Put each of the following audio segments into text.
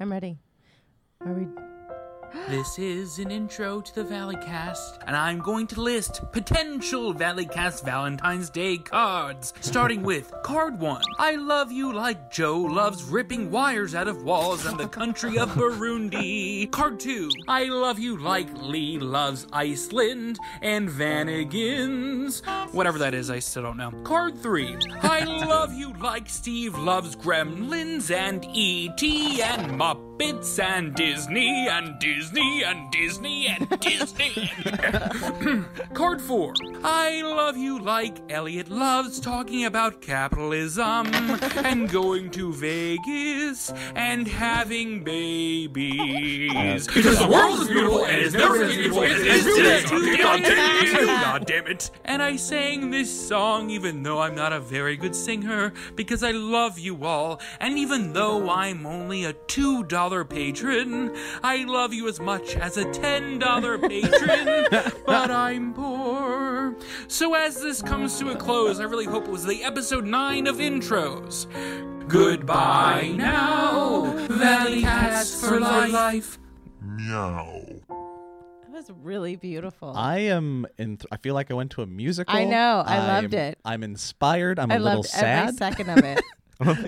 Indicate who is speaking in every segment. Speaker 1: I'm ready. Are we?
Speaker 2: This is an intro to the Valleycast, and I'm going to list potential Valleycast Valentine's Day cards, starting with card one. I love you like Joe loves ripping wires out of walls in the country of Burundi. Card two. I love you like Lee loves Iceland and Vanagins. Whatever that is, I still don't know. Card three. I love you like Steve loves gremlins and E.T. and Muppets. Bits and Disney and Disney and Disney and Disney. Card four. I love you like Elliot loves talking about capitalism and going to Vegas and having babies. because the world is beautiful and it's never been beautiful. It is today. God damn it. God damn it. And I sang this song even though I'm not a very good singer because I love you all. And even though I'm only a two dollar patron, I love you as much as a ten dollar patron. but I'm poor. So as this comes to a close, I really hope it was the episode nine of intros. Goodbye now, Valley Cats for life.
Speaker 1: That was really beautiful.
Speaker 3: I am in. I feel like I went to a musical.
Speaker 1: I know, I loved
Speaker 3: I'm-
Speaker 1: it.
Speaker 3: I'm inspired. I'm a
Speaker 1: I
Speaker 3: little
Speaker 1: loved every
Speaker 3: sad.
Speaker 1: second of it.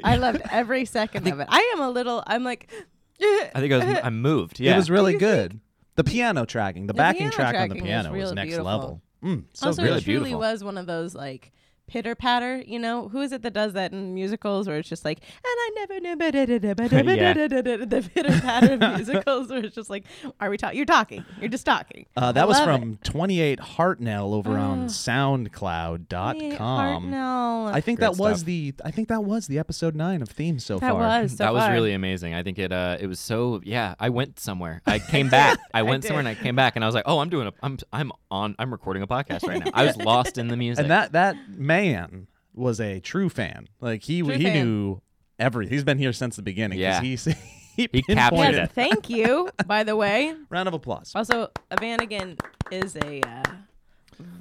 Speaker 1: I loved every second of it. I am a little. I'm like.
Speaker 4: I think I was, I'm moved. Yeah.
Speaker 3: It was really good. The piano tracking, the, backing
Speaker 1: piano
Speaker 3: track on the
Speaker 1: tracking was
Speaker 3: piano was,
Speaker 1: really
Speaker 3: next
Speaker 1: beautiful.
Speaker 3: level. Mm, so
Speaker 1: also,
Speaker 3: good.
Speaker 1: it truly
Speaker 4: beautiful.
Speaker 1: was one of those like pitter patter. You know, who is it that does that in musicals where it's just like, and I never knew but da- da- da- but da- but da-
Speaker 4: Yeah.
Speaker 1: da- da- da- da- the pitter patter of musicals where it's just like, are we talking? You're talking. You're just talking.
Speaker 3: Uh, that
Speaker 1: I
Speaker 3: was
Speaker 1: love it.
Speaker 3: from 28 Hartnell over on SoundCloud.com.
Speaker 1: Hey, Hartnell.
Speaker 3: I think
Speaker 4: Great
Speaker 3: that was
Speaker 4: stuff.
Speaker 3: the. I think that was the episode nine of themes so
Speaker 1: that
Speaker 3: far.
Speaker 1: was so
Speaker 4: that was
Speaker 1: far.
Speaker 4: really amazing. I think it uh it was so yeah, I went somewhere. I came back. I went somewhere and I came back and I was like, "Oh, I'm doing a I'm I'm on I'm recording a podcast right now." I was lost in the music.
Speaker 3: and that that man was a true fan. Like he
Speaker 1: True
Speaker 3: he
Speaker 1: fan.
Speaker 3: knew everything. He's been here since the beginning. 'cause
Speaker 4: Yeah.
Speaker 3: he s- he,
Speaker 4: He captured
Speaker 3: pinpointed.
Speaker 1: Yes,
Speaker 4: it.
Speaker 1: thank you. By the way,
Speaker 3: Round of applause.
Speaker 1: also Vanagon is a uh,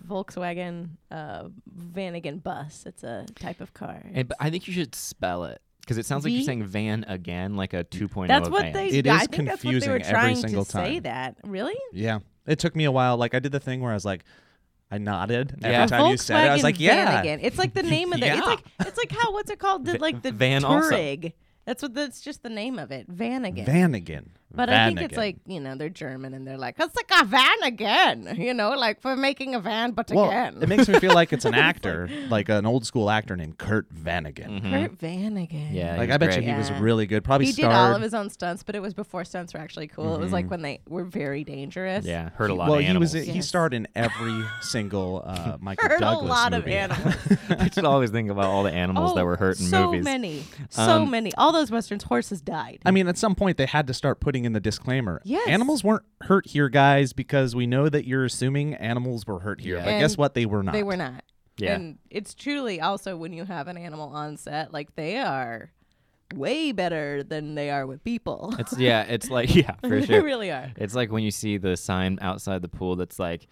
Speaker 1: Volkswagen uh, Vanagon bus. It's a type of car.
Speaker 4: And- but I think you should spell it cuz it sounds like
Speaker 1: V-
Speaker 4: you're saying van again like a 2.0
Speaker 1: That's what
Speaker 4: van.
Speaker 1: they.
Speaker 3: It
Speaker 1: I
Speaker 3: is
Speaker 1: think that's what they
Speaker 3: confusing
Speaker 1: were
Speaker 3: every
Speaker 1: trying
Speaker 3: single
Speaker 1: to say.
Speaker 3: time.
Speaker 1: That really?
Speaker 3: Yeah. It took me a while. Like I did the thing where I was like, I nodded
Speaker 4: Yeah.
Speaker 3: every time you said it. I was like, yeah.
Speaker 1: Again. It's like the name of the. It's
Speaker 3: Yeah.
Speaker 1: like it's like how what's it called? Did like the
Speaker 4: Van also.
Speaker 1: Touareg. That's what that's just the name of it. Vanagon.
Speaker 3: Vanagon.
Speaker 1: but I think it's
Speaker 3: Vanagon.
Speaker 1: like you know they're German and they're like it's like a van again. You know, like for making a van, but
Speaker 3: well,
Speaker 1: again.
Speaker 3: it makes me feel like it's an actor, like an old school actor named Kurt Vanagon.
Speaker 1: Kurt Vanagon.
Speaker 4: Yeah.
Speaker 3: Like
Speaker 4: he
Speaker 3: I
Speaker 4: was
Speaker 3: bet
Speaker 4: Mm-hmm. great.
Speaker 3: you he was
Speaker 1: Yeah.
Speaker 3: really good. Probably
Speaker 1: He did
Speaker 3: starred.
Speaker 1: all of his own stunts, but it was before stunts were actually cool. It was like when they were very dangerous.
Speaker 4: Mm-hmm. Yeah, heard a lot
Speaker 3: well,
Speaker 4: of
Speaker 3: he
Speaker 4: animals.
Speaker 3: was he
Speaker 1: Yes.
Speaker 3: starred in every single uh, Michael
Speaker 1: Hurt a
Speaker 3: Douglas
Speaker 1: lot of
Speaker 3: movie.
Speaker 1: animals.
Speaker 4: I should always think about all the animals that were hurt in
Speaker 1: Oh, so
Speaker 4: movies. Um,
Speaker 1: many. So many. All those Westerns, horses died.
Speaker 3: I mean, at some point they had to start putting in the disclaimer.
Speaker 1: Yes.
Speaker 3: Animals weren't hurt here, guys, because we know that you're assuming animals were hurt here.
Speaker 4: Yeah.
Speaker 3: But guess
Speaker 1: And
Speaker 3: what? They were not.
Speaker 1: They were not.
Speaker 4: Yeah.
Speaker 1: And it's truly also when you have an animal on set, like they are way better than they are with people.
Speaker 4: It's yeah, it's like yeah, for
Speaker 1: they
Speaker 4: sure.
Speaker 1: really are.
Speaker 4: It's like when you see the sign outside the pool that's like,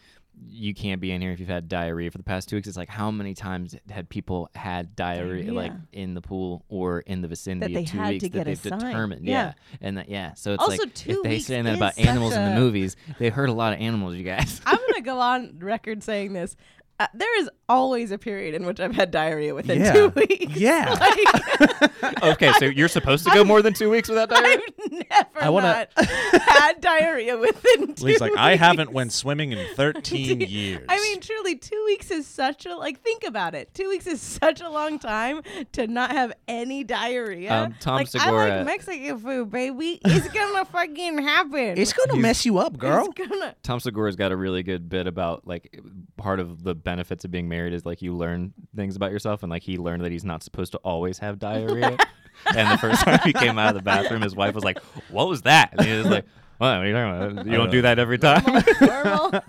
Speaker 4: you can't be in here if you've had diarrhea for the past two weeks. It's like, how many times had people had diarrhea, like
Speaker 1: Diarrhea.
Speaker 4: in the pool or in the vicinity
Speaker 1: they
Speaker 4: of two
Speaker 1: had to
Speaker 4: weeks
Speaker 1: get
Speaker 4: that
Speaker 1: a
Speaker 4: they've
Speaker 1: sign.
Speaker 4: determined?
Speaker 1: Yeah.
Speaker 4: And that, yeah. So it's
Speaker 1: Also,
Speaker 4: like,
Speaker 1: two
Speaker 4: if they
Speaker 1: weeks
Speaker 4: say that
Speaker 1: is
Speaker 4: about
Speaker 1: such
Speaker 4: animals in
Speaker 1: a-
Speaker 4: the movies, they hurt a lot of animals, you guys.
Speaker 1: I'm going to go on record saying this. Uh, there is always a period in which I've had diarrhea within
Speaker 3: Yeah.
Speaker 1: two weeks.
Speaker 3: Yeah.
Speaker 1: Like,
Speaker 4: okay, so you're supposed to go more than two weeks without diarrhea?
Speaker 1: I've never
Speaker 3: I wanna-
Speaker 1: not had diarrhea within two
Speaker 3: Lee's like, I
Speaker 1: weeks."
Speaker 3: haven't went swimming in 13 years.
Speaker 1: I mean, truly, two weeks is such a like. Think about it. Two weeks is such a long time to not have any diarrhea.
Speaker 4: Um, Tom
Speaker 1: like, I
Speaker 4: Segura-
Speaker 1: like Mexican food, baby. It's gonna fucking happen.
Speaker 3: gonna mess you up,
Speaker 1: It's gonna.
Speaker 4: Tom Segura's got a really good bit about like part of the benefits of being married is like you learn things about yourself, and like he learned that he's not supposed to always have diarrhea. and the first time he came out of the bathroom, his wife was like, "What was that?" And he was like, "What? what are you talking about? You don't do that every time."
Speaker 1: Normal.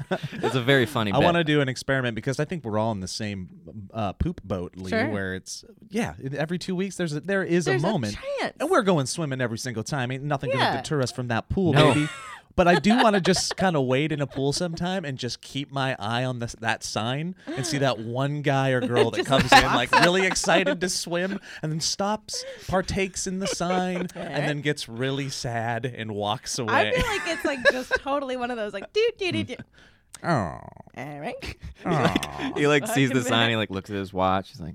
Speaker 4: it's a very funny.
Speaker 3: I want to do an experiment because I think we're all in the same uh, poop boat, Lee.
Speaker 1: Sure.
Speaker 3: Where it's yeah, every two weeks there's a, there is
Speaker 1: There's a
Speaker 3: a moment,
Speaker 1: chance.
Speaker 3: and we're going swimming every single time. Ain't nothing
Speaker 1: Yeah.
Speaker 3: gonna deter us from that pool,
Speaker 4: No.
Speaker 3: baby. But I do want to just kind of wade in a pool sometime and just keep my eye on this that sign and see that one guy or girl that comes in like really excited to swim and then stops, partakes in the sign, and then gets really sad and walks
Speaker 1: I
Speaker 3: away. Mm.
Speaker 1: feel like it's like just totally one of those like do do do do.
Speaker 3: oh,
Speaker 1: All right.
Speaker 4: he like sees
Speaker 1: Fucking
Speaker 4: the sign.
Speaker 1: minute.
Speaker 4: He like looks at his watch. He's like,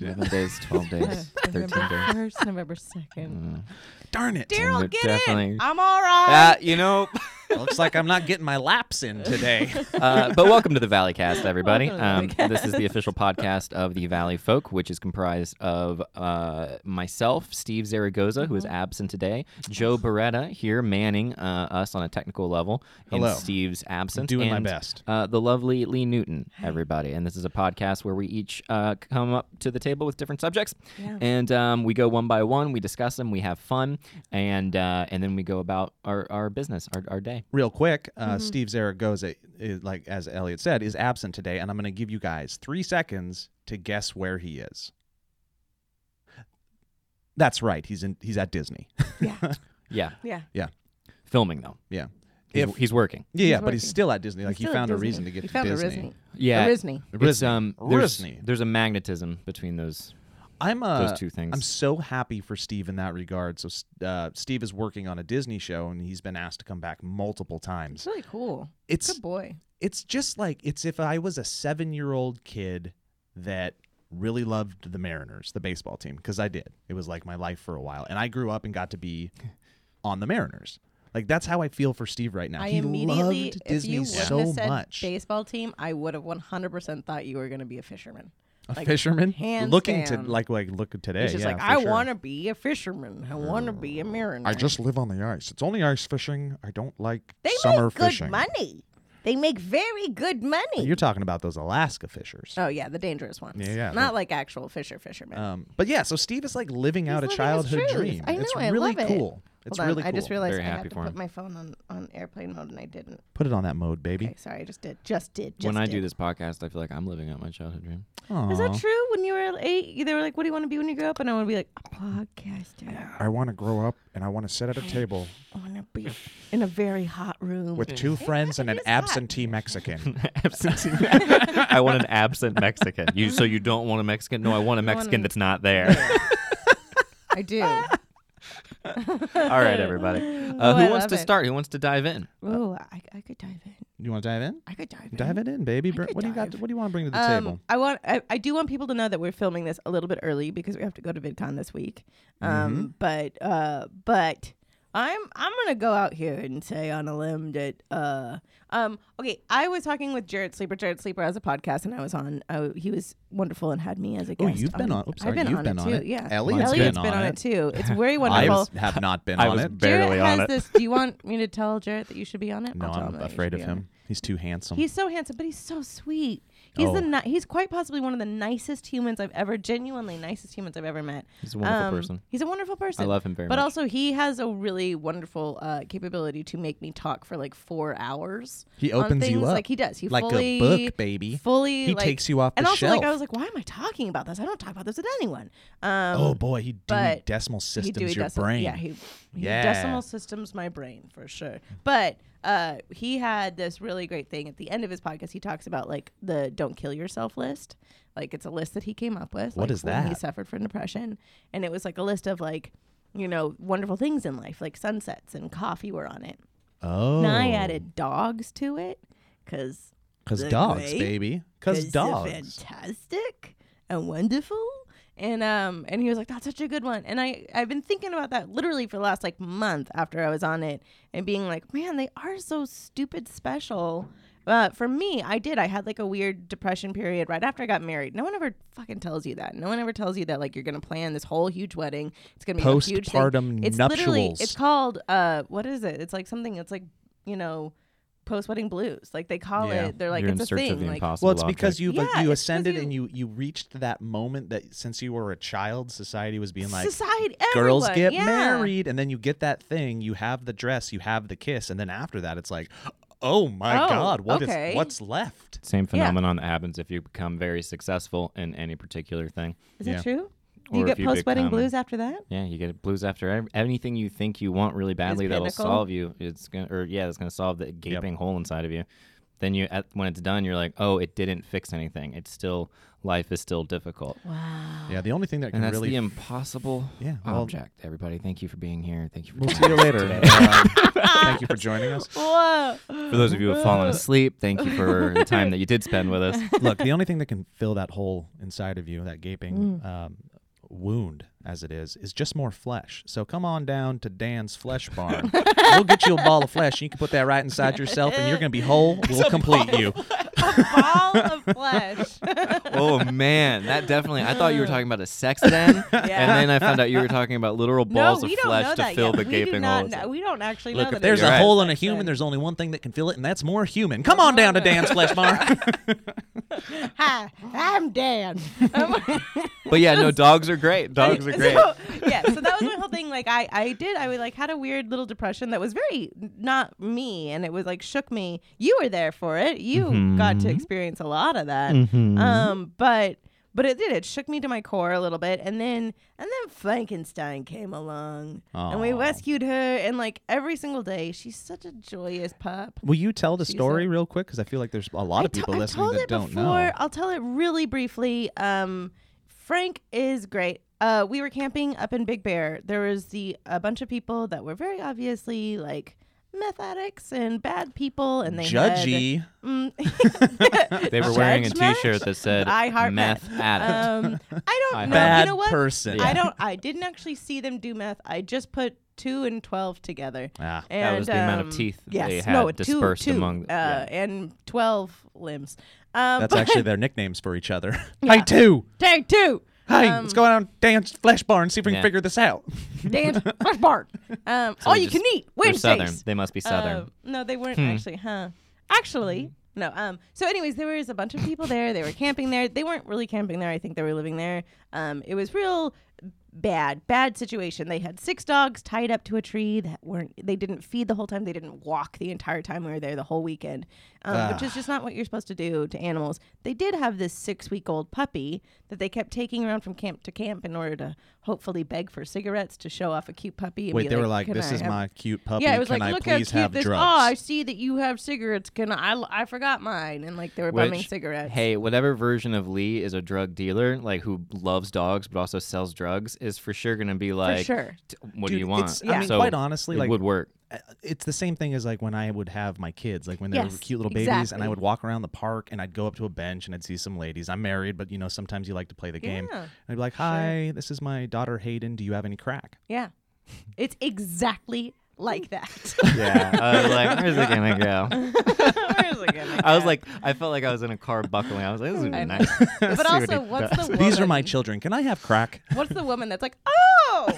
Speaker 4: eleven days, twelve days, thirteen days.
Speaker 1: first, November second.
Speaker 3: darn it!
Speaker 4: They're
Speaker 1: Daryl, get
Speaker 4: Mm, definitely-
Speaker 1: in. I'm all right.
Speaker 4: Uh, you know,
Speaker 3: Looks like I'm not getting my laps in today.
Speaker 4: uh, but welcome to the Valley Cast, everybody. Um,
Speaker 1: Welcome to the Valley
Speaker 4: this is the official podcast of the Valley Folk, which is comprised of uh, myself, Steve Zaragoza, who is absent today, Joe Beretta here manning uh, us on a technical level in
Speaker 3: Hello.
Speaker 4: Steve's absence,
Speaker 3: Doing my
Speaker 4: and,
Speaker 3: best.
Speaker 4: Uh, the lovely Lee Newton, everybody, and this is a podcast where we each uh, come up to the table with different subjects,
Speaker 1: Yeah.
Speaker 4: and um, we go one by one, we discuss them, we have fun, and uh, and then we go about our, our business, our, our day.
Speaker 3: real quick, uh,
Speaker 1: Mm-hmm.
Speaker 3: Steve Zaragoza, is, like as Elliot said, is absent today, and I'm going to give you guys three seconds to guess where he is. That's right. He's in. He's at Disney.
Speaker 1: yeah.
Speaker 4: Yeah,
Speaker 1: Yeah.
Speaker 4: filming though.
Speaker 3: yeah.
Speaker 4: He's,
Speaker 3: If,
Speaker 4: he's working.
Speaker 3: yeah, yeah,
Speaker 1: he's
Speaker 3: but he's
Speaker 1: working.
Speaker 3: still at Disney. Like he
Speaker 1: Still
Speaker 3: found a
Speaker 1: Disney.
Speaker 3: reason to get
Speaker 1: He
Speaker 3: to
Speaker 1: found a
Speaker 3: Disney.
Speaker 1: reason.
Speaker 4: Yeah,
Speaker 1: A Disney.
Speaker 4: It's, um, there's,
Speaker 3: Disney.
Speaker 4: there's a magnetism between those.
Speaker 3: I'm uh,
Speaker 4: Those two things.
Speaker 3: I'm so happy for Steve in that regard. So uh, Steve is working on a Disney show, and he's been asked to come back multiple times.
Speaker 1: It's really cool.
Speaker 3: It's
Speaker 1: Good boy.
Speaker 3: it's just like it's if I was a seven year old kid that really loved the Mariners, the baseball team, because I did. It was like my life for a while, and I grew up and got to be on the Mariners. Like that's how I feel for Steve right now.
Speaker 1: I
Speaker 3: he
Speaker 1: immediately,
Speaker 3: loved
Speaker 1: if
Speaker 3: Disney
Speaker 1: you wouldn't
Speaker 3: so
Speaker 1: have said
Speaker 3: much.
Speaker 1: baseball team, I would have 100% thought you were going to be a fisherman.
Speaker 3: a
Speaker 1: like,
Speaker 3: fisherman,
Speaker 1: hands
Speaker 3: looking to
Speaker 1: down.
Speaker 3: like like look at today.
Speaker 1: It's just
Speaker 3: yeah,
Speaker 1: like,
Speaker 3: for
Speaker 1: I
Speaker 3: sure.
Speaker 1: want to be a fisherman. I want to be a mariner.
Speaker 3: live on the ice. It's only ice fishing. I don't like
Speaker 1: They make good money. They make very good money.
Speaker 3: You're talking about those Alaska fishers.
Speaker 1: Oh yeah, the dangerous ones.
Speaker 3: Yeah, yeah.
Speaker 1: Not like actual fisher fishermen.
Speaker 3: Um, but yeah, so Steve is like living out a
Speaker 1: living his
Speaker 3: childhood
Speaker 1: truth.
Speaker 3: dream.
Speaker 1: I know,
Speaker 3: it's
Speaker 1: I
Speaker 3: really
Speaker 1: love it.
Speaker 3: cool. It's
Speaker 1: Hold on,
Speaker 3: really cool.
Speaker 1: I just realized
Speaker 4: Very
Speaker 1: I
Speaker 4: happy
Speaker 1: have to
Speaker 4: for
Speaker 1: put
Speaker 4: him.
Speaker 1: my phone on, on airplane mode and I didn't.
Speaker 3: Put it on that mode, baby.
Speaker 1: Okay, sorry, I just did. Just did. Just
Speaker 4: when I do
Speaker 1: did.
Speaker 4: this podcast, I feel like I'm living out my childhood dream.
Speaker 1: Is
Speaker 3: Aw.
Speaker 1: that true? When you were eight, they were like, "What do you want to be when you grow up?" And I want to be like a podcaster.
Speaker 3: I want to grow up and I want to sit at a table
Speaker 1: I want to be in a very hot room
Speaker 3: with two friends and an
Speaker 1: It's hot.
Speaker 3: absentee Mexican.
Speaker 4: I want an absent Mexican. You so you don't want a Mexican? No, I want a Mexican that's not there.
Speaker 1: I do. oh,
Speaker 4: All right, everybody.
Speaker 3: Oh,
Speaker 4: Uh,
Speaker 1: I
Speaker 4: who wants
Speaker 1: love
Speaker 4: to
Speaker 1: it.
Speaker 4: start? Who wants to dive in?
Speaker 1: I, I could dive in.
Speaker 3: You want to dive in?
Speaker 1: I could dive in.
Speaker 3: Dive it in, baby. Br-
Speaker 1: could
Speaker 3: What do you got?
Speaker 1: dive.
Speaker 3: what do you want to bring to the
Speaker 1: Um,
Speaker 3: table?
Speaker 1: I want. I, I do want people to know that we're filming this a little bit early because we have to go to VidCon this week.
Speaker 3: Mm-hmm.
Speaker 1: Um, but uh, but I'm I'm gonna go out here and say on a limb that uh um okay I was talking with Jared Sleeper. Jared Sleeper has a podcast and I was on. Uh, he was wonderful and had me as a
Speaker 3: Oh,
Speaker 1: guest.
Speaker 3: you've been on- oops,
Speaker 1: I've
Speaker 3: sorry,
Speaker 1: been
Speaker 3: you've
Speaker 1: on
Speaker 3: been
Speaker 1: it
Speaker 3: on
Speaker 1: too.
Speaker 3: it.
Speaker 1: Yeah,
Speaker 3: Elliot's
Speaker 1: Elliot's
Speaker 3: been
Speaker 1: been
Speaker 3: on
Speaker 1: on
Speaker 3: it.
Speaker 1: it too. It's very
Speaker 3: I
Speaker 1: wonderful.
Speaker 3: was, have not been
Speaker 4: I
Speaker 3: on
Speaker 4: was
Speaker 3: it.
Speaker 4: barely
Speaker 1: Jared
Speaker 4: on
Speaker 1: has
Speaker 4: it.
Speaker 1: this. Do you want me to tell Jared that you should be on it?
Speaker 3: no,
Speaker 1: I'll tell
Speaker 3: I'm
Speaker 1: him that you should
Speaker 3: afraid of
Speaker 1: be on it.
Speaker 3: him. He's too handsome.
Speaker 1: He's so handsome, but he's so sweet. He's the
Speaker 3: Oh.
Speaker 1: ni- he's quite possibly one of the nicest humans I've ever genuinely nicest humans I've ever met. Um,
Speaker 4: He's a wonderful person.
Speaker 1: He's a wonderful person.
Speaker 4: I love him very
Speaker 1: But
Speaker 4: much.
Speaker 1: also, he has a really wonderful uh, capability to make me talk for like four hours.
Speaker 3: He
Speaker 1: on
Speaker 3: opens you
Speaker 1: things.
Speaker 3: up
Speaker 1: like he does. He
Speaker 3: like a
Speaker 1: fully,
Speaker 3: book, baby.
Speaker 1: Fully,
Speaker 3: He
Speaker 1: like-
Speaker 3: takes you off
Speaker 1: And
Speaker 3: the
Speaker 1: also, like I
Speaker 3: shelf.
Speaker 1: was like, why am I talking about this? I don't talk about this with anyone. Um,
Speaker 3: oh boy, he do
Speaker 1: but
Speaker 3: decimal
Speaker 1: he
Speaker 3: systems
Speaker 1: Dewey
Speaker 3: your
Speaker 1: Decimal-
Speaker 3: brain.
Speaker 1: Yeah, he, he
Speaker 3: Yeah.
Speaker 1: decimal systems my brain for sure. But uh, he had this really great thing at the end of his podcast. He talks about like the "Don't Kill Yourself" list. Like it's a list that he came up with.
Speaker 3: What
Speaker 1: like,
Speaker 3: is
Speaker 1: when He
Speaker 3: that?
Speaker 1: suffered from depression, and it was like a list of like you know wonderful things in life, like sunsets and coffee were on it.
Speaker 3: oh,
Speaker 1: And I added dogs to it because
Speaker 3: because
Speaker 1: the
Speaker 3: dogs,
Speaker 1: great-
Speaker 3: baby. Because
Speaker 1: they're
Speaker 3: dogs.
Speaker 1: fantastic and wonderful. And um and he was like, That's such a good one. And I, I've been thinking about that literally for the last like month after I was on it and being like, Man, they are so stupid special. Uh, for me, I did. I had like a weird depression period right after I got married. No one ever fucking tells you that. No one ever tells you that like you're gonna plan this whole huge wedding. It's gonna be a huge thing.
Speaker 3: Postpartum
Speaker 1: It's literally
Speaker 3: nuptials.
Speaker 1: it's called uh what is it? It's like something. It's like you know post wedding blues. Like they call
Speaker 3: Yeah.
Speaker 1: it. They're like
Speaker 4: You're
Speaker 1: it's
Speaker 4: in
Speaker 1: a
Speaker 4: search
Speaker 1: thing.
Speaker 4: of the
Speaker 1: like
Speaker 4: impossible.
Speaker 3: Well, it's
Speaker 4: object.
Speaker 3: because you've uh,
Speaker 1: Yeah, it's
Speaker 3: you
Speaker 1: 'cause
Speaker 3: ascended
Speaker 1: you-
Speaker 3: and you you reached that moment that since you were a child, society was being like,
Speaker 1: society.
Speaker 3: girls
Speaker 1: everyone,
Speaker 3: get
Speaker 1: yeah.
Speaker 3: married, and then you get that thing, you have the dress, you have the kiss, and then after that, it's like, oh my
Speaker 1: Oh,
Speaker 3: god, what is
Speaker 1: okay.
Speaker 3: what's left?
Speaker 4: same
Speaker 1: Yeah.
Speaker 4: phenomenon that happens if you become very successful in any particular thing.
Speaker 1: Is
Speaker 3: Yeah.
Speaker 1: that true? Do you
Speaker 4: Or
Speaker 1: get
Speaker 4: if you
Speaker 1: post wedding
Speaker 4: become-
Speaker 1: blues after that?
Speaker 4: Yeah, you get blues after ev- anything you think you want really badly that'll
Speaker 1: pinnacle.
Speaker 4: solve you. It's gonna or yeah, it's gonna solve the gaping hole inside of you. Then you at, when it's done, you're like, oh, it didn't fix anything. It's still life is still difficult,
Speaker 1: Wow.
Speaker 3: Yeah, the only thing that
Speaker 4: and
Speaker 3: can
Speaker 4: that's
Speaker 3: really
Speaker 4: the impossible
Speaker 3: Yeah, well-
Speaker 4: object. Everybody, thank you for being here. Thank you. For
Speaker 3: We'll see you later. Um, thank you for joining us.
Speaker 1: Whoa.
Speaker 4: For those of you who have fallen asleep, thank you for the time that you did spend with us.
Speaker 3: Look, the only thing that can fill that hole inside of you, that gaping
Speaker 1: Mm.
Speaker 3: um, wound as it is, is just more flesh. So come on down to Dan's Flesh Barn. we'll get you a ball of flesh. You can put that right inside yourself, and you're going to be whole. We'll complete you.
Speaker 1: Ball of flesh.
Speaker 4: Oh man, that definitely. I thought you were talking about a sex then, and then I found out you were talking about literal balls
Speaker 1: no, we
Speaker 4: of
Speaker 1: don't know
Speaker 4: flesh to
Speaker 1: that
Speaker 4: fill
Speaker 1: yet.
Speaker 4: the
Speaker 1: we do
Speaker 4: gaping
Speaker 1: not
Speaker 4: hole.
Speaker 1: know- we don't actually know
Speaker 4: Look,
Speaker 1: that.
Speaker 4: if
Speaker 3: There's
Speaker 1: it's
Speaker 4: You're
Speaker 3: a
Speaker 4: right.
Speaker 3: hole in a human. There's only one thing that can fill it, and that's more human. Come on down to Dan's Flesh Barn.
Speaker 1: Hi, I'm Dan.
Speaker 4: But yeah, no, dogs are great. Dogs are great.
Speaker 1: So, yeah, so that was my whole thing. Like, I, I did, I would like had a weird little depression that was very not me, and it was like shook me. You were there for it. You got
Speaker 4: Mm-hmm.
Speaker 1: to experience a lot of that. Um, but but it did. It shook me to my core a little bit, and then and then Frankenstein came along, and we
Speaker 3: Aw.
Speaker 1: rescued her. And like every single day, she's such a joyous pup.
Speaker 3: Will you tell the
Speaker 1: She's
Speaker 3: story
Speaker 1: a-
Speaker 3: real quick? Because I feel like there's a lot of
Speaker 1: I to-
Speaker 3: people
Speaker 1: I've
Speaker 3: listening
Speaker 1: told
Speaker 3: that
Speaker 1: it
Speaker 3: don't
Speaker 1: before.
Speaker 3: know.
Speaker 1: I'll tell it really briefly. Um, Frank is great. Uh, we were camping up in Big Bear. There was the a bunch of people that were very obviously like meth addicts and bad people, and they had- mm,
Speaker 3: Judgy.
Speaker 4: They were wearing a
Speaker 1: Judgment?
Speaker 4: T-shirt that said
Speaker 1: I heart
Speaker 4: "Meth addict."
Speaker 1: Um, I
Speaker 4: I
Speaker 1: don't know.
Speaker 3: Bad
Speaker 1: you know what?
Speaker 3: person.
Speaker 1: I don't. I didn't actually see them do meth. I just put two and twelve together.
Speaker 3: Ah.
Speaker 1: And,
Speaker 4: was the amount of
Speaker 1: um,
Speaker 4: teeth
Speaker 1: yes,
Speaker 4: they had
Speaker 1: no,
Speaker 4: dispersed
Speaker 1: two, two,
Speaker 4: among-
Speaker 1: uh,
Speaker 4: yeah.
Speaker 1: and twelve limbs. Um,
Speaker 3: That's actually their nicknames for each other. Hey, two.
Speaker 1: take two.
Speaker 3: Hey,
Speaker 1: Um,
Speaker 3: let's go down Dan's Flesh Barn and see if we
Speaker 4: Yeah.
Speaker 3: can figure this out.
Speaker 1: dance, fresh bark. Um, all
Speaker 4: They're
Speaker 1: you
Speaker 4: just-
Speaker 1: can eat
Speaker 4: they're
Speaker 1: Wednesdays.
Speaker 4: Southern. They must be southern.
Speaker 1: Uh, no, they
Speaker 3: Hmm.
Speaker 1: weren't actually, huh? Actually, no. Um. So, anyways, there was a bunch of people there. They were camping there. They weren't really camping there. I think they were living there. Um. It was real bad, bad situation. They had six dogs tied up to a tree that weren't. They didn't feed the whole time. They didn't walk the entire time we were there. The whole weekend, um, which is
Speaker 3: Ah.
Speaker 1: just not what you're supposed to do to animals. They did have this six-week-old puppy that they kept taking around from camp to camp in order to hopefully beg for cigarettes to show off a cute puppy. And
Speaker 3: Wait,
Speaker 1: be
Speaker 3: they were like,
Speaker 1: "Can
Speaker 3: "This
Speaker 1: I
Speaker 3: is
Speaker 1: have
Speaker 3: my cute puppy.
Speaker 1: yeah, it was
Speaker 3: Can
Speaker 1: like,
Speaker 3: I
Speaker 1: look how
Speaker 3: please
Speaker 1: cute
Speaker 3: have
Speaker 1: this.
Speaker 3: drugs?"
Speaker 1: Oh, I see that you have cigarettes. Can I? I forgot mine, and like they were bumming
Speaker 4: Which,
Speaker 1: cigarettes.
Speaker 4: Hey, whatever version of Lee is a drug dealer, like who loves dogs but also sells drugs, is for sure gonna be like,
Speaker 1: sure.
Speaker 4: "T- "What do
Speaker 3: Dude,
Speaker 4: you want?"
Speaker 3: it's- I mean,
Speaker 4: So
Speaker 3: quite honestly,
Speaker 4: it
Speaker 3: like-
Speaker 4: would work.
Speaker 3: Uh, It's the same thing as like when I would have my kids, like when they
Speaker 1: Yes,
Speaker 3: were cute little babies, and
Speaker 1: exactly.
Speaker 3: I would walk around the park and I'd go up to a bench and I'd see some ladies. I'm married, but you know sometimes you like to play the game.
Speaker 1: Yeah.
Speaker 3: And I'd be like, "Hi, this is my daughter Hayden. Do you have any crack?"
Speaker 1: yeah, it's exactly like that.
Speaker 4: Yeah, I was like, "Where's it gonna go?"
Speaker 1: "Oh
Speaker 4: I was like, I felt like I was in a car buckling. I was like, "This would be
Speaker 1: I know.
Speaker 4: nice."
Speaker 1: but also, what's the woman?
Speaker 3: These are my children. Can I have crack?
Speaker 1: What's the woman that's like, oh,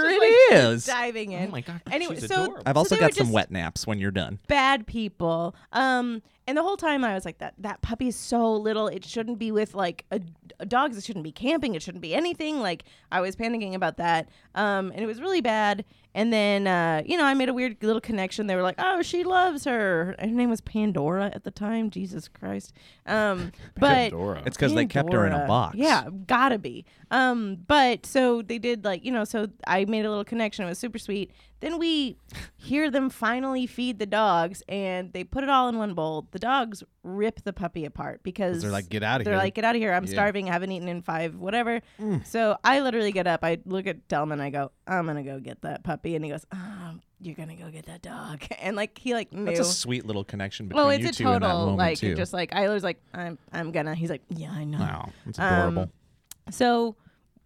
Speaker 1: Just,
Speaker 3: it
Speaker 1: like,
Speaker 3: is.
Speaker 1: diving in.
Speaker 4: Oh my god!
Speaker 1: Anyway,
Speaker 4: she's
Speaker 1: so
Speaker 4: adorable.
Speaker 3: I've also
Speaker 1: they were
Speaker 3: got some
Speaker 1: just-
Speaker 3: wet naps when you're done.
Speaker 1: bad people. Um, and the whole time I was like, that that puppy is so little. It shouldn't be with like a, a dogs. It shouldn't be camping. It shouldn't be anything. Like I was panicking about that. Um, and it was really bad. And then uh, you know I made a weird little connection. They were like, oh, she loves her. Her name was Pandora at the time. Jesus Christ. Um, but
Speaker 4: Pandora.
Speaker 3: It's because they kept her in a
Speaker 1: Pandora.
Speaker 3: box.
Speaker 1: Yeah, gotta be. Um, but so they did like you know. So I made a little connection. It was super sweet. Then we hear them finally feed the dogs, and they put it all in one bowl. The dogs rip the puppy apart because
Speaker 3: they're like, "Get outta
Speaker 1: They're
Speaker 3: here." Mm.
Speaker 1: like, get out of here. I'm starving. I haven't eaten in five, whatever. So I literally get up. I look at Delman. I go, I'm gonna go get that puppy, and he goes, um, You're gonna go get that dog, and like he like knew.
Speaker 3: That's a sweet little connection between
Speaker 1: Oh, it's
Speaker 3: you
Speaker 1: a
Speaker 3: two in that
Speaker 1: total
Speaker 3: moment
Speaker 1: like
Speaker 3: too.
Speaker 1: it just like I was like I'm I'm gonna. He's like yeah I know.
Speaker 3: wow, it's
Speaker 1: um,
Speaker 3: adorable.
Speaker 1: So